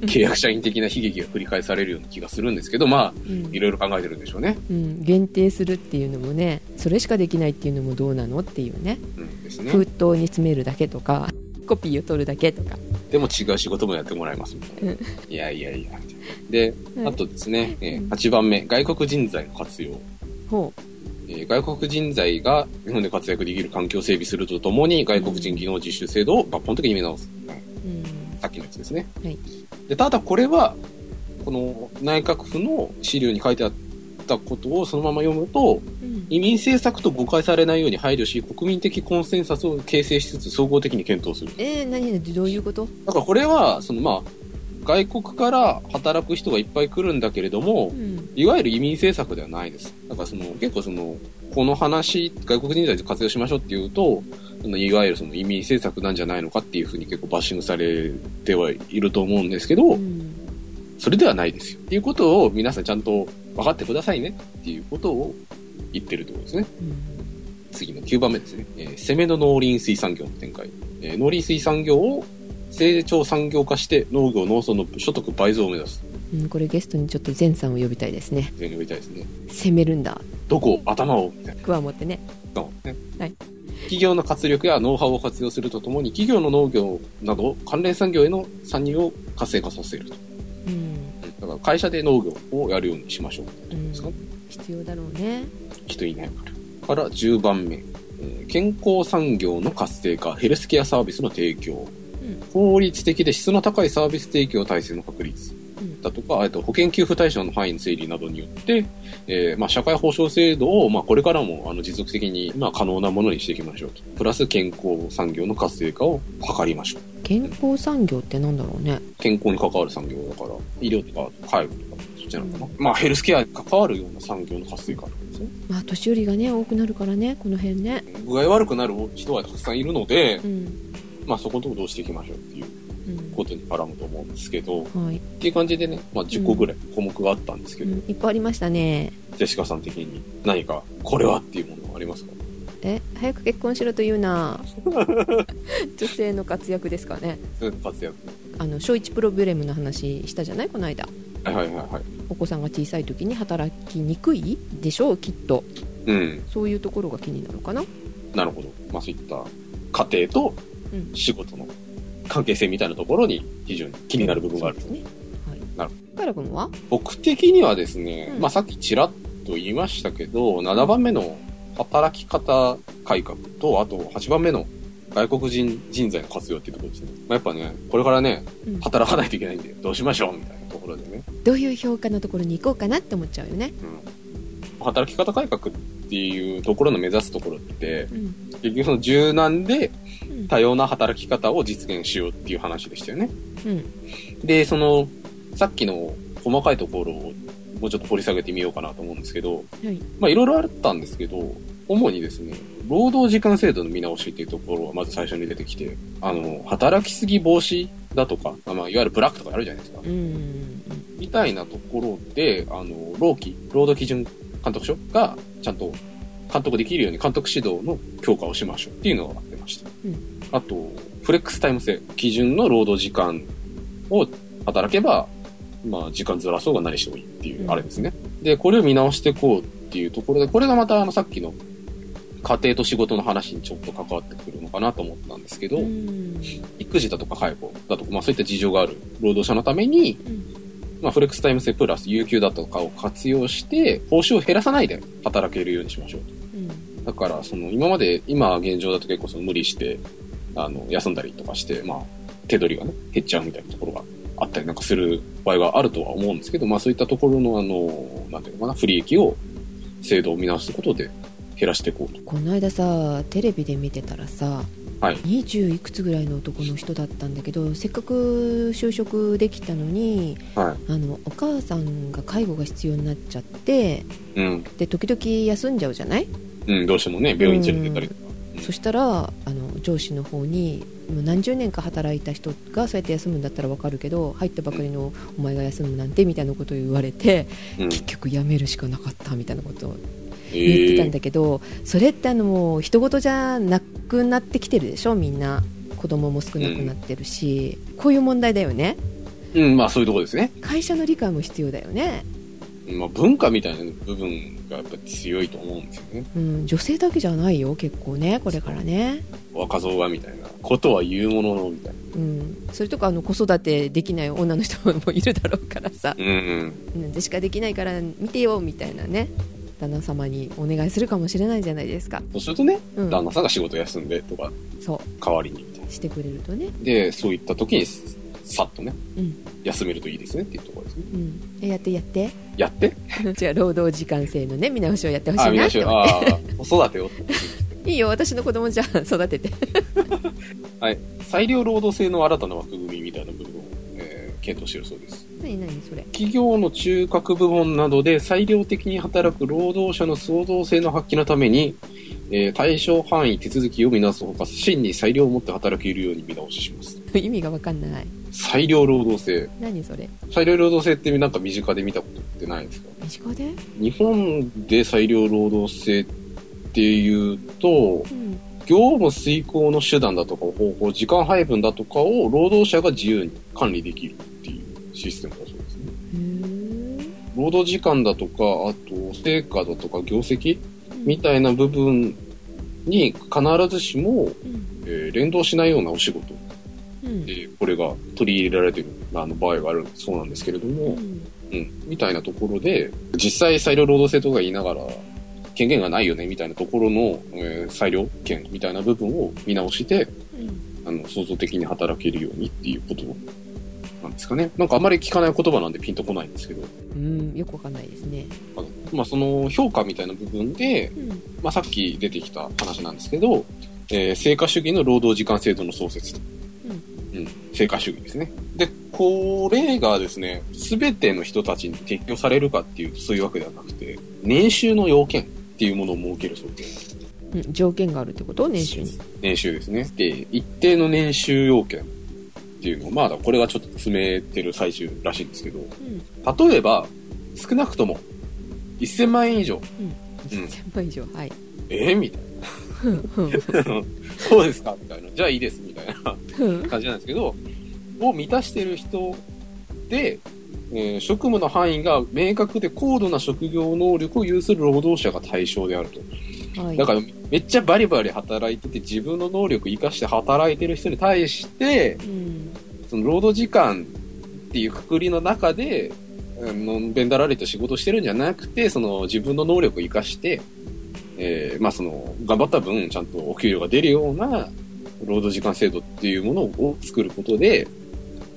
C: 契約社員的な悲劇が繰り返されるような気がするんですけど、まあ、
A: うん
C: いろいろ考えてるんでしょうね。
A: うん、限定するっていうのもねそれしかできないっていうのもどうなのっていうね
C: うんですね。
A: 封筒に詰めるだけとかコピーを取るだけとか
C: でも違う仕事もやってもらいますみたいな。
A: うん
C: いやいやいや、みたいなで、
A: はい
C: あとですね、え
A: う
C: ー
A: ん
C: 8番目、外国人材の活用。
A: ほ
C: えー外国人材が日本で活躍できる環境を整備するとともに、外国人技能実習制度を抜本的に見直す。
A: う、うん、
C: さっきのやつですね。
A: はい
C: でただこれは、この内閣府の資料に書いてあったことをそのまま読むと、
A: うん
C: 移民政策と誤解されないように配慮し、国民的コンセンサスを形成しつつ、総合的に検討する。
A: えー、何どういうこと
C: だからこれは、そのまあ、外国から働く人がいっぱい来るんだけれども
A: う、ん
C: いわゆる移民政策ではないです。だからその、結構その、この話、外国人材で活用しましょうっていうと、そのいわゆるその移民政策なんじゃないのかっていうふうに結構バッシングされてはいると思うんですけ
A: う
C: ど、
A: ん
C: それではないですよ。っていうことを皆さんちゃんと分かってくださいねっていうことを言ってるってことですね。
A: うん
C: 次の9番目ですね。えー攻めの農林水産業の展開。えー農林水産業を成長産業化して農業農村の所得倍増を目指す。
A: うん、これゲストにちょっと善さんを呼びたいですね
C: 全員みたいですね。
A: 攻めるんだ
C: どこ頭をみたいな
A: クワ持ってね
C: のね
A: はい
C: 企業の活力やノウハウを活用するとともに企業の農業など関連産業への参入を活性化させると。
A: うん、
C: だから会社で農業をやるようにしましょうって
A: う
C: こと
A: ん
C: ですかね。、
A: 必要だろうね
C: 人いないから。から10番目、えー健康産業の活性化、ヘルスケアサービスの提供、
A: うん
C: 効率的で質の高いサービス提供体制の確立
A: うん
C: だとか、あと保険給付対象の範囲の整理などによって、えーまあ、社会保障制度を、まあ、これからもあの持続的に、まあ、可能なものにしていきましょうと。プラス健康産業の活性化を図りましょう。
A: 健康産業ってなんだろうね
C: 健康に関わる産業だから、医療とか介護とか、そっちなのかな。まあ、ヘルスケアに関わるような産業の活性化なんですね。
A: まあ年寄りがね多くなるからねこの辺ね
C: 具合悪くなる人はたくさんいるので
A: う、ん
C: まあそこのとこどうしていきましょうっていう
A: うん
C: ことに絡むと思うんですけど、っ
A: はい、
C: ていう感じでね、まあ10個ぐらい項目があったんですけ
A: う
C: ど、
A: ん、いっぱいありましたね
C: ジェシカさん的に何かこれはっていうものはありますか
A: え早く結婚しろという な女性の活躍ですかね
C: そういう活躍。
A: あの小一プロブレムの話したじゃないこの間
C: はいはいはいはい。
A: お子さんが小さい時に働きにくいでしょうきっと
C: うん、
A: そういうところが気になるかな
C: なるほど。まあそういった家庭と
A: うん
C: 仕事の関係性みたいなところに非常に気になる部分がある。
A: そうですねはい
C: なる
A: カラ君は
C: 僕的にはですね、
A: うん
C: まあさっきちらっと言いましたけど、7番目の働き方改革と、あと8番目の外国人人材の活用っていうところですね。まあ、やっぱね、これからね、
A: うん
C: 働かないといけないんで、どうしましょうみたいなところでね。
A: どういう評価のところに行こうかなって思っちゃうよね
C: うん。働き方改革っていうところの目指すところって、
A: うん
C: 結局その柔軟で
A: うん
C: 多様な働き方を実現しようっていう話でしたよね。
A: うん
C: で、その、さっきの細かいところをもうちょっと掘り下げてみようかなと思うんですけど、
A: はい
C: まあいろいろあったんですけど、主にですね、労働時間制度の見直しっていうところがまず最初に出てきて、あの、働きすぎ防止だとか、まあいわゆるブラックとかやるじゃないですか
A: う。ん
C: みたいなところで、あの、労基、労働基準監督署がちゃんと監督できるように監督指導の強化をしましょうっていうのがあってました。
A: うん
C: あと、フレックスタイム制、基準の労働時間を働けば、まあ、時間ずらそうが何してもいいっていうう、
A: ん
C: あれですね。で、これを見直していこうっていうところで、これがまたあの、さっきの家庭と仕事の話にちょっと関わってくるのかなと思ったんですけど、
A: うん
C: 育児だとか介護だとか、まあそういった事情がある労働者のために、
A: うん
C: まあ、フレックスタイム制プラス、有給だとかを活用して、報酬を減らさないで働けるようにしましょう
A: うん
C: と。だから、その、今まで、今現状だと結構その無理して、あの、休んだりとかして、まあ、手取りがね、減っちゃうみたいなところがあったりなんかする場合があるとは思うんですけど、まあそういったところの、あの、なんていうのかな、不利益を、制度を見直すことで減らしていこうと。
A: この間さテレビで見てたらさ、
C: はい
A: 20いくつぐらいの男の人だったんだけどせっかく就職できたのに
C: は
A: あのお母さんが介護が必要になっちゃって
C: い。うん。
A: で時々休んじゃうじゃない
C: うん、どうしてもね、病院連れてったりとか。
A: そしたらあの上司の方にもう何十年か働いた人がそうやって休むんだったらわかるけど入ったばかりのお前が休むなんてみたいなことを言われて
C: うん。
A: 結局辞めるしかなかったみたいなことを
C: え
A: 言ってたん
C: ー
A: だけど、それってあのもう人事じゃなくなってきてるでしょみんな子供も少なくなってるし、こういう問題だよね
C: うん、まあそういうところですね。
A: 会社の理解も必要だよね
C: まあ、文化みたいな部分がやっぱ強いと思うんですよね
A: うん、女性だけじゃないよ結構ねこれからね、
C: 若造がみたいなことは言うもののみたい
A: うん、それとかあの子育てできない女の人もいるだろうからさ
C: なうん
A: なんでしかできないから見てよみたいなね旦那様にお願いするかもしれないじゃないですか、
C: そうするとね、
A: うん、
C: 旦那さんが仕事休んでとか
A: そ
C: 代わりにみたいう
A: してくれるとね、
C: なでそういった時にさっとね、
A: うん
C: 休めるといいですねっていうところですね
A: うん、えやってやって
C: やって
A: じゃあ労働時間制のね見直しをやってほし
C: あ
A: い
C: 見
A: な
C: ま
A: っ
C: してょう
A: 思っ
C: ああ 子育てを
A: ていいよ私の子供じゃあ育てて
C: 裁量労働制の新たな枠組みみたいな部分を、えー検討しているそうです
A: 何何それ
C: 企業の中核部門などで裁量的に働く労働者の創造性の発揮のために、えー対象範囲手続きを見直すほか真に裁量を持って働けるように見直しします
A: 意味が分かんない
C: 裁量労働制
A: 何それ
C: 裁量労働制ってなんか身近で見たことってないですか
A: 身近で、
C: 日本で裁量労働制っていうと
A: うん、
C: 業務遂行の手段だとか方法時間配分だとかを労働者が自由に管理できるっていうシステムだそうですね
A: へえ
C: 労働時間だとか、あと、成果だとか、業績みたいな部分に必ずしも、
A: うん
C: えー連動しないようなお仕事
A: うん
C: で、これが取り入れられてるあの場合があるそうなんですけれど
A: う
C: も、
A: ん
C: うん、みたいなところで、実際裁量労働制とか言いながら、権限がないよねみたいなところの、えー裁量権みたいな部分を見直して、
A: うん
C: あの、創造的に働けるようにっていうことなんですかね。なんかあんまり聞かない言葉なんでピンとこないんですけど、
A: うんよく分かんないですね、
C: あのまあ、その評価みたいな部分で、
A: うん
C: まあ、さっき出てきた話なんですけど、えー成果主義の労働時間制度の創設と。うん。成果主義ですね。で、これがですね、すべての人たちに適用されるかっていうとそういうわけではなくて、年収の要件っていうものを設けるそうです。
A: うん、条件があるってこと年収に
C: 年収ですね。で、一定の年収要件っていうのを、まあ、これがちょっと詰めてる最中らしいんですけど、
A: うん
C: 例えば、少なくとも1000万円以上、うん
A: 1000倍以上はい
C: えー、みたいな。そうですかみたいな。じゃあいいですみたいな
A: うん
C: 感じなんですけど、を満たしてる人で、えー職務の範囲が明確で高度な職業能力を有する労働者が対象であると。
A: はい
C: だからめっちゃバリバリ働いてて自分の能力活かして働いてる人に対して、
A: うん
C: その労働時間っていうくくりの中で、うんのんべんだらりと仕事してるんじゃなくて、その自分の能力を活かして、えーまあその、頑張った分、ちゃんとお給料が出るような労働時間制度っていうものを作ることで、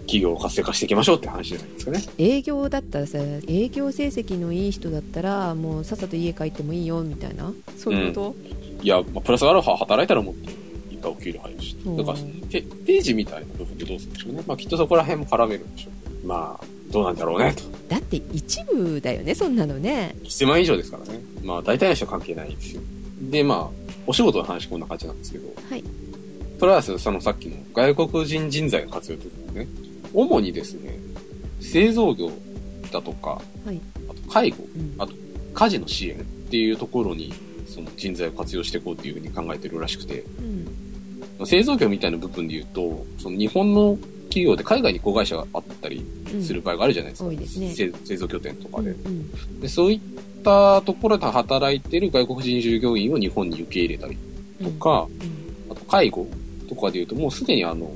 C: 企業を活性化していきましょうって話じゃないですかね。
A: 営業だったらさ営業成績のいい人だったらもうさっさと家帰ってもいいよみたいなそういうこ
C: いや、まあ、プラスアルファ働いたらもっといっぱいお給料入るし、
A: うん
C: だから、て定時みたいな部分でどうするんでしょうね。まあきっとそこら辺も絡めるんでしょう。まあ、どうなんだろうね、と。
A: と、だって一部だよねそんなのね
C: 1000万以上ですからね。まあ、大体の人は関係ないですよ。で、まあ、お仕事の話こんな感じなんですけど。
A: はい。
C: トラス、そのさっきの外国人人材の活用ということですね。主にですね、製造業だとか、
A: はい
C: あと介護、
A: うん
C: あ家事の支援っていうところに、その人材を活用していこうっていうふうに考えてるらしくて、
A: うん
C: 製造業みたいな部分で言うと、その日本の企業で海外に子会社があったり
A: うん
C: する場合があるじゃないですか。
A: 多いですね
C: 製製造拠点とか
A: うん
C: で。
A: うん
C: でそういったところで働いてる外国人従業員を日本に受け入れたり
A: う
C: と
A: ん
C: か、
A: うん
C: あと介護とかでいうと、もうすでにあの、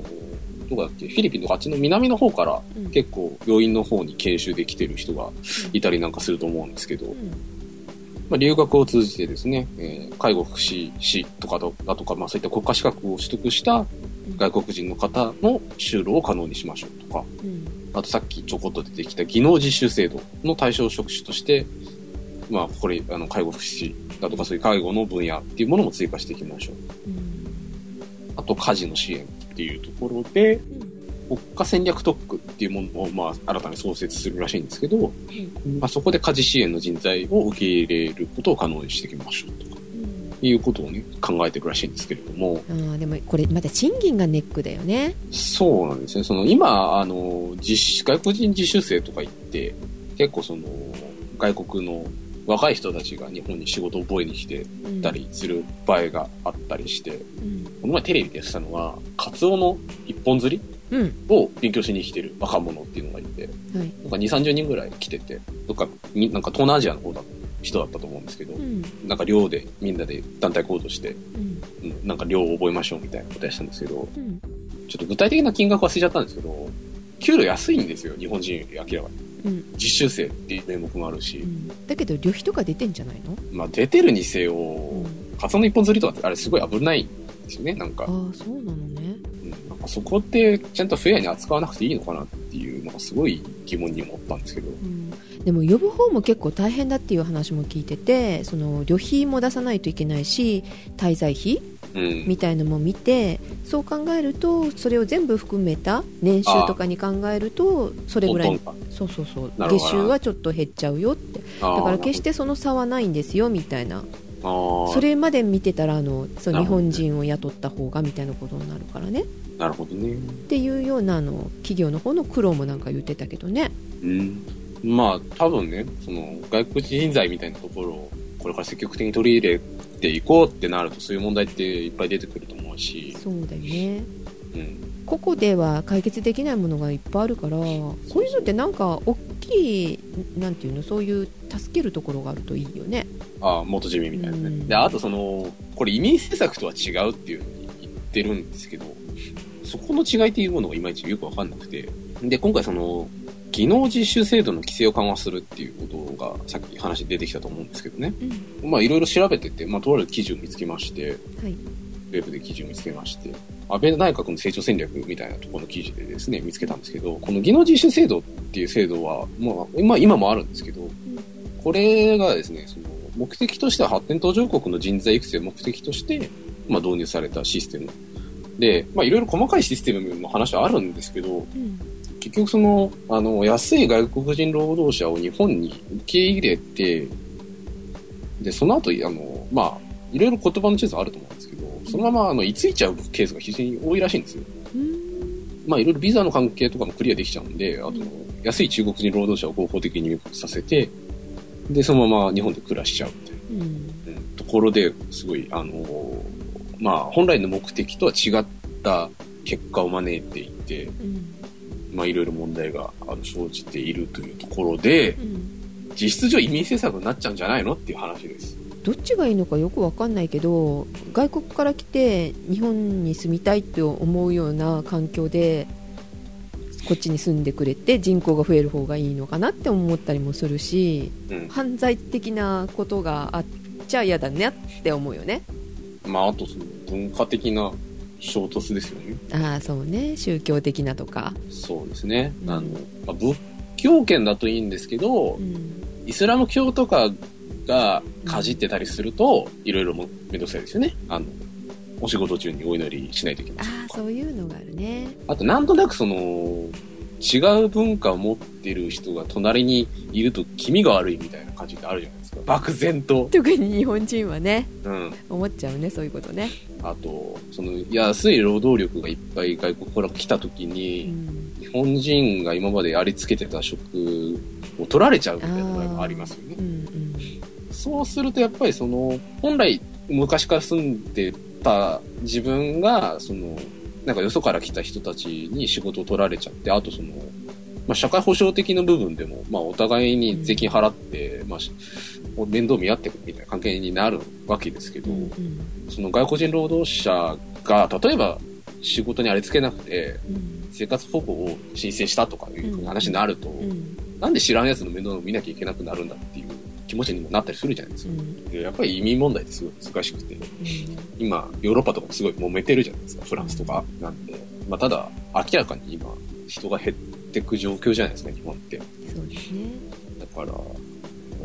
C: どこだっけ、フィリピンとかあっちの南の方から
A: うん
C: 結構病院の方に研修で来てる人がいたりなんかすると思うんですけど
A: う、ん
C: まあ、留学を通じてですね、えー介護福祉士とかだとか、まあそういった国家資格を取得した外国人の方の就労を可能にしましょうとか、
A: うん
C: あとさっきちょこっと出てきた技能実習制度の対象職種として、まあ、これ、あの、介護福祉だとかそういう介護の分野っていうものも追加していきましょう。
A: うん
C: あと、家事の支援っていうところで、
A: うん
C: 国家戦略特区っていうものを、まあ、新たに創設するらしいんですけど、まあ、そこで家事支援の人材を受け入れることを可能にしていきましょうとか、いうことをね、考えてるらしいんですけれども、
A: うんあーでもこれまた賃金がネックだよね
C: そうなんですね。その今、あの、実外国人自習生とか行って、結構その、外国の若い人たちが日本に仕事を覚えに来て
A: うん
C: たりする場合があったりして、
A: うん
C: この前テレビでやってたのは、カツオの一本釣り
A: うん
C: を勉強しに来てる若者っていうのがいて、
A: はい
C: なんか2、30人ぐらい来てて、どっか、みなんか東南アジアの方だ、人だったと思うんですけど、
A: うん
C: なんか寮でみんなで団体行動して、
A: うん
C: うんなんか寮を覚えましょうみたいなことやしたんですけど、
A: うん
C: ちょっと具体的な金額忘れちゃったんですけど、給料安いんですよ、日本人より明らかに。
A: うん
C: 実習生っていう名目もあるし
A: う、んだけど旅費とか出てんじゃないの、
C: まあ出てるにせよ、
A: うん
C: カツオの一本釣りとかってあれすごい危ないんですよね、なんか。
A: ああそうなのね
C: うんなんかそこってちゃんとフェアに扱わなくていいのかなっていうのがすごい疑問に思ったんですけど。
A: うんでも呼ぶ方も結構大変だっていう話も聞いててその旅費も出さないといけないし滞在費
C: うん。
A: みたいのも見てそう考えるとそれを全部含めた年収とかに考えるとそれぐらい
C: トントン
A: そうそうそう
C: なるほど
A: 月収はちょっと減っちゃうよって
C: か、
A: だから決しててその差はないんですよみたいな
C: あー
A: それまで見てたらあのそう
C: なる
A: 日
C: ほどね
A: 本人を雇った方がみたいなことになるからねっ
C: なるほどね。
A: ていうようなあの企業の方の苦労もなんか言ってたけどね
C: うん。まあ、多分ね、その、外国人人材みたいなところを、これから積極的に取り入れていこうってなると、そういう問題っていっぱい出てくると思うし、
A: そうだよね
C: うん。
A: 個々では解決できないものがいっぱいあるからそういうのってなんか大きいなんていうのそういう助けるところがあるといいよね
C: ああ、元地味みたいな
A: う
C: ね。
A: ん
C: で、あとその、これ移民政策とは違うっていうふうに言ってるんですけど、そこの違いっていうものがいまいちよくわかんなくて、で、今回その、技能実習制度の規制を緩和するっていうことが、さっき話で出てきたと思うんですけどね。
A: うん
C: まあいろいろ調べてて、まあとある記事を見つけまして、
A: はい
C: ウェブで記事を見つけまして、安倍内閣の成長戦略みたいなところの記事でですね、見つけたんですけど、この技能実習制度っていう制度は、まあ、今今もあるんですけど、これがですね、その目的としては発展途上国の人材育成を目的として、まあ、導入されたシステム。で、まあ、いろいろ細かいシステムの話はあるんですけど、
A: うん
C: 結局その、あの、安い外国人労働者を日本に受け入れて、で、その後、あの、まあ、いろいろ言葉のチョイスあると思うんですけど、そのまま、あの、居ついちゃうケースが非常に多いらしいんですよ。
A: うん
C: まあ、いろいろビザの関係とかもクリアできちゃうんで、あと、安い中国人労働者を合法的に入国させて、で、そのまま日本で暮らしちゃうみたいな
A: うん
C: うんところですごい、あのまあ、本来の目的とは違った結果を招いていて、
A: うん
C: まあ、いろいろ問題があの生じているというところで、
A: うん
C: 実質上移民政策になっちゃうんじゃないのっていう話です。
A: どっちがいいのかよくわかんないけど外国から来て日本に住みたいと思うような環境でこっちに住んでくれて人口が増える方がいいのかなって思ったりもするし
C: うん。
A: 犯罪的なことがあっちゃ嫌だねって思うよね
C: まあ、あとその文化的な衝突ですよね。
A: ああそうね宗教的なとか、
C: そうですね。
A: うん
C: あの、まあ、仏教圏だといいんですけど
A: う、ん、
C: イスラム教とかがかじってたりすると、いろいろもめんどくさいですよね。あの、お仕事中にお祈りしないといけない
A: あ。あそういうのがあるね
C: あと、なんとなくその、違う文化を持ってる人が隣にいると気味が悪いみたいな感じってあるじゃないですか。漠然と。
A: 特に日本人はね
C: うん。
A: 思っちゃうねそういうことね、
C: あと、その、安い労働力がいっぱい外国から来た時
A: う
C: に、
A: ん、
C: 日本人が今までありつけてた職を取られちゃうみたいな場合もありますよね
A: う。ん
C: そうするとやっぱりその、本来昔から住んでた自分が、その、なんかよそから来た人たちに仕事を取られちゃって、あとその、まあ、社会保障的な部分でも、まあ、お互いに税金払って、まあし、面倒見合ってくみたいな関係になるわけですけ
A: う
C: ど、
A: んうん
C: その外国人労働者が、例えば仕事にあれつけなくて、
A: うん
C: 生活保護を申請したとかいう話になると、
A: うん
C: なんで知らんやつの面倒を見なきゃいけなくなるんだっていう気持ちにもなったりするじゃないです
A: う
C: か。
A: ん
C: でやっぱり移民問題ってすごい難しくて、
A: うん
C: 今、ヨーロッパとかもすごい揉めてるじゃないですか、フランスとか。なんで、まあ、ただ、明らかに今、人が減ってく状況じゃないですか、日本って。
A: そうですね、
C: だから、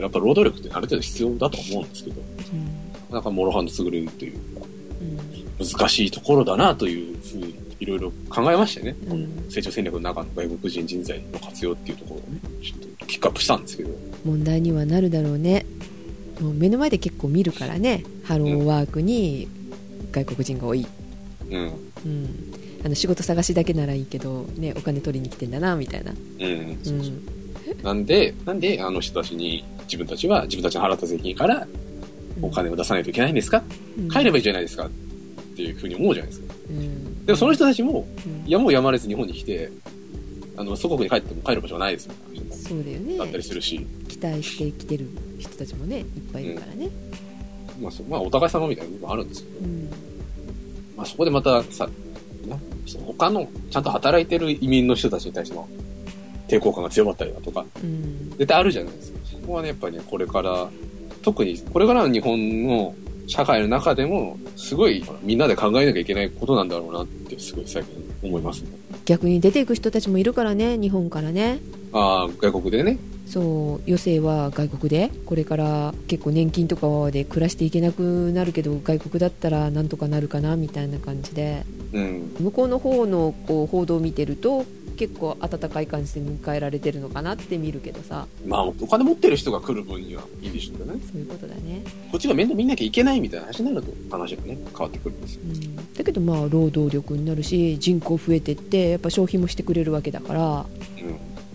C: やっぱ労働力ってある程度必要だと思うんですけど、
A: うん
C: なんか諸刃の優れるというか、
A: うん
C: 難しいところだなというふうに、いろいろ考えましてね、こ
A: う
C: の
A: ん
C: 成長戦略の中の外国人人材の活用っていうところをね、ちょっとピックアップしたんですけど、
A: 問題にはなるだろうねもう目の前で結構見るからねハローワークに外国人が多い、
C: うん、
A: うん、あの仕事探しだけならいいけど、ね、お金取りに来てんだなみたいな、
C: うん、
A: う
C: そうそうんなんで、なんであの人たちに、自分たちは自分たちの払った税金からお金を出さないといけないんですか帰ればいいじゃないですかっていうふうに思うじゃないですか。
A: うん
C: でもその人たちも、
A: うん
C: やむをやまれず日本に来て、あの、祖国に帰っても帰る場所がないですよ。
A: そうだよ
C: だった
A: ね
C: りするし、
A: 期待して生きてる人たちもねいっぱいいるからね、
C: まあ、そまあ、お互い様みたいな部分もあるんですけど、
A: うん
C: まあ、そこでまたさ、なその他の、ちゃんと働いてる移民の人たちに対しての抵抗感が強まったりだとか、
A: うん
C: 絶対あるじゃないですか。そこはね、やっぱりね、これから、特にこれからの日本の社会の中でも、すごいみんなで考えなきゃいけないことなんだろうなって、すごい最近思いますね。
A: 逆に出ていく人たちもいるからね日本からね
C: ああ、外国でね。
A: そう余生は外国でこれから結構年金とかで暮らしていけなくなるけど外国だったらなんとかなるかなみたいな感じで
C: うん。
A: 向こうの方のこう報道を見てると結構温かい感じで迎えられてるのかなって見るけどさ
C: まあ、お金持ってる人が来る分にはいいでしょうけどね。
A: そういうことだね、
C: こっちが面倒見なきゃいけないみたいな話になると、話がね、変わってくるんですよ。
A: うん、だけどまあ労働力になるし人口増えてってやっぱ消費もしてくれるわけだから、
C: うん。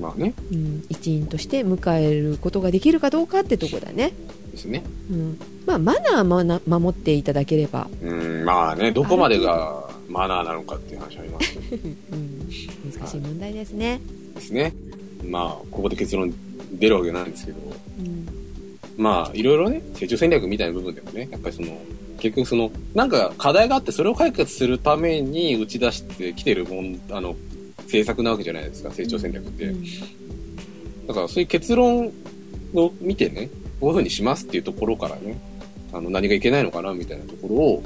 C: まあね、
A: うん、一員として迎えることができるかどうかってとこだね、
C: ですね。
A: うんまあ、マナーもな守っていただければ、
C: うん、まあね、どこまでがマナーなのかっていう話ありますけど
A: うん、難しい問題ですね、
C: ですね。 まあ、ここで結論出るわけないんですけど、
A: うん
C: まあ、いろいろね、成長戦略みたいな部分でもね、やっぱりその、結局その、なんか課題があって、それを解決するために打ち出してきてるもん、あの、政策なわけじゃないですか、成長戦略って。
A: うん
C: だからそういう結論を見てね、こういうふうにしますっていうところからね、あの、何がいけないのかなみたいなところを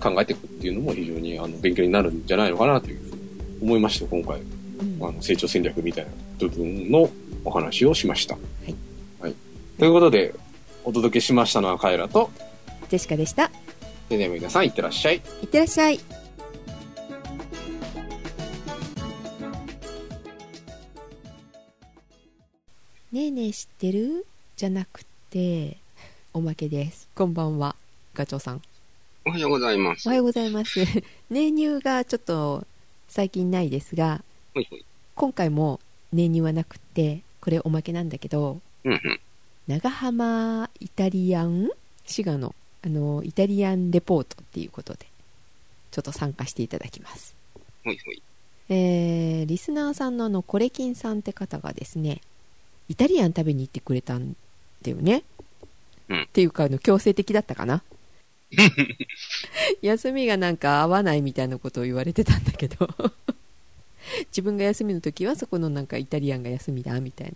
C: 考えていくっていうのも非常にあの勉強になるんじゃないのかなというふうに思いました、今回。
A: うん。
C: あの成長戦略みたいな部分のお話をしました。はいはい、ということで、お届けしましたのはカエラと、
A: ジェシカでした
C: でね、皆さんいってらっしゃい。
A: いってらっしゃいねえねえ知ってるじゃなくておまけですこんばんはガチョウさん
D: おはようございます。
A: おはようございます 練乳がちょっと最近ないですが
D: ほいほい。
A: 今回も練乳はなくてこれおまけなんだけど
D: うんうん。
A: 長浜イタリアン滋賀のあのイタリアンレポートっていうことでちょっと参加していただきます
D: ほいほい。
A: えーリスナーさんのあのコレキンさんって方がですねイタリアン食べに行ってくれたんだよね、
D: うん
A: っていうかあの強制的だったかな 休みがなんか合わないみたいなことを言われてたんだけど 自分が休みの時はそこのなんかイタリアンが休みだみたい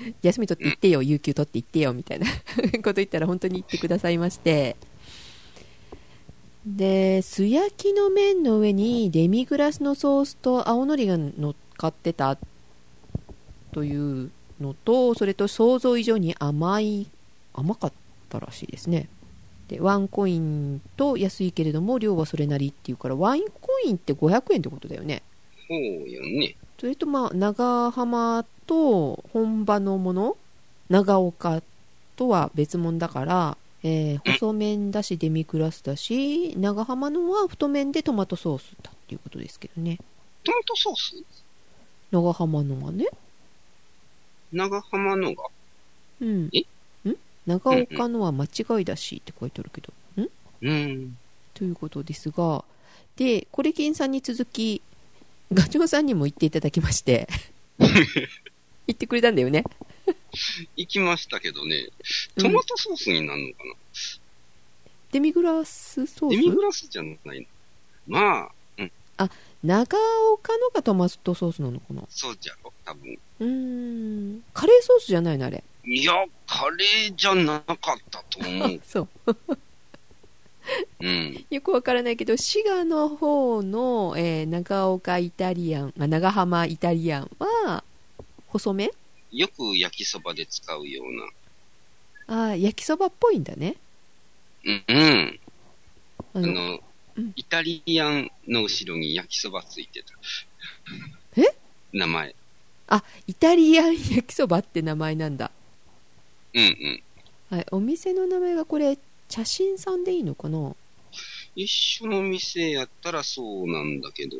A: な休み取って行ってよ、有給取って行ってよみたいな こと言ったら本当に行ってくださいましてで素焼きの麺の上にデミグラスのソースと青のりが乗っかってたというのとそれと想像以上に甘い甘かったらしいですねでワンコインと安いけれども量はそれなりっていうからワインコインって500円ってことだよね
D: そうよね。
A: それとまあ長浜と本場のもの長岡とは別物だから、えー細麺だしデミグラスだし長浜のは太麺でトマトソースだっていうことですけどね
D: トマトソース
A: 長浜のはね
D: 長浜のが
A: うん
D: え
A: ん長岡のは間違いだしって書いてあるけど
D: うん。
A: ということですがでコレキンさんに続きガチョウさんにも行っていただきまして 行ってくれたんだよね
D: 行きましたけどね。
A: うん
D: トマトソースになるのかな、
A: デミグラスソース
D: デミグラスじゃないの。まあ、
A: 長岡のがトマトソースなのかな
D: そうじゃろ、多分。
A: うーんカレーソースじゃないのあれ。
D: いや、カレーじゃなかったと思う
A: そう
D: うん。
A: よくわからないけど滋賀の方の、えー長岡イタリアンあ長浜イタリアンは細め
D: よく焼きそばで使うよう
A: あー焼きそばっぽいんだね
D: な。うん。うん。
A: あ
D: あ
A: の
D: の、
A: うん
D: イタリアンの後ろに焼きそばついてた。
A: え
D: 名前。
A: あイタリアン 焼きそばって名前なんだ、
D: うんうん。
A: はい、お店の名前がこれ茶神さんでいいのかなう
D: 一緒の店やったらそうなんだけど、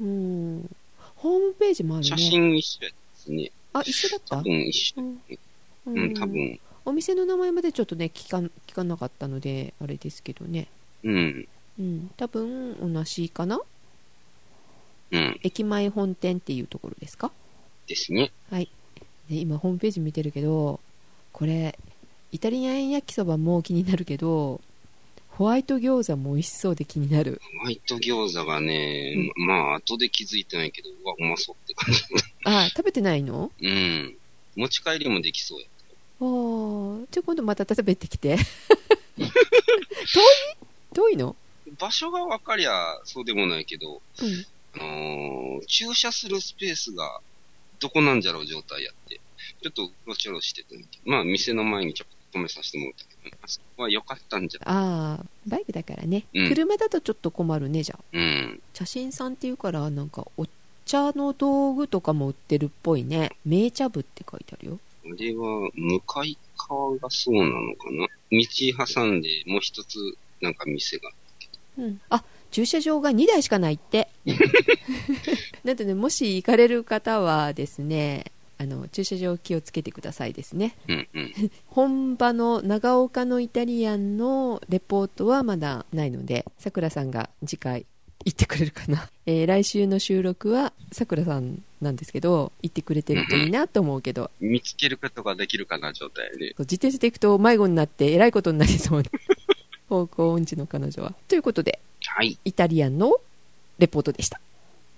A: ーんホームページもある
D: 写
A: ね
D: 真一緒やったですね。
A: あ一緒だった
D: 多分一緒。
A: うんう
D: うん、多分。
A: お店の名前までちょっとね聞かん聞かなかったのであれですけどね、
D: うん。
A: うん、多分同じかな
C: うん。
A: 駅前本店っていうところですか
C: ですね。
A: で今ホームページ見てるけどこれイタリアン焼きそばも気になるけどホワイト餃子も美味しそうで気になる
C: ホワイト餃子がね、ままあ、後で気づいてないけど、うわ、うまそうって 感じ。
A: あ食べてないの
C: うん。持ち帰りもできそうや。
A: あーじゃあ今度また食べてき て遠い遠いの、
C: 場所が分かりゃそうでもないけど、
A: うん、
C: あのー駐車するスペースがどこなんじゃろう状態やって、ちょっとうろちょろしてたんだけど、まあ店の前にちょっと止めさせてもらったけど、あそこは良かったんじゃ。
A: ああバイクだからね、
C: うん
A: 車だとちょっと困るねじゃあ
C: うん。
A: 茶神さんっていうからなんかお茶の道具とかも売ってるっぽいね名茶部って書いてあるよ
C: あれは向かい側がそうなのかな道挟んでもう一つなんか店が。
A: うん、あ駐車場が2台しかないって なのでもし行かれる方はですねあの駐車場気をつけてくださいですね
C: うんうん。
A: 本場の長岡のイタリアンのレポートはまだないのでさくらさんが次回行ってくれるかな、 えー来週の収録はさくらさんなんですけど行ってくれてるといいなと思うけど
C: 見つけることができるかな状態で。
A: 自転車で行くと迷子になってえらいことになりそうな方向音痴の彼女はということで
C: はい。
A: イタリアンのレポートでした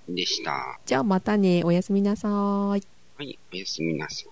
C: でした。は
A: じゃあまたね。おやすみなさーい。
C: い。おやすみなさい。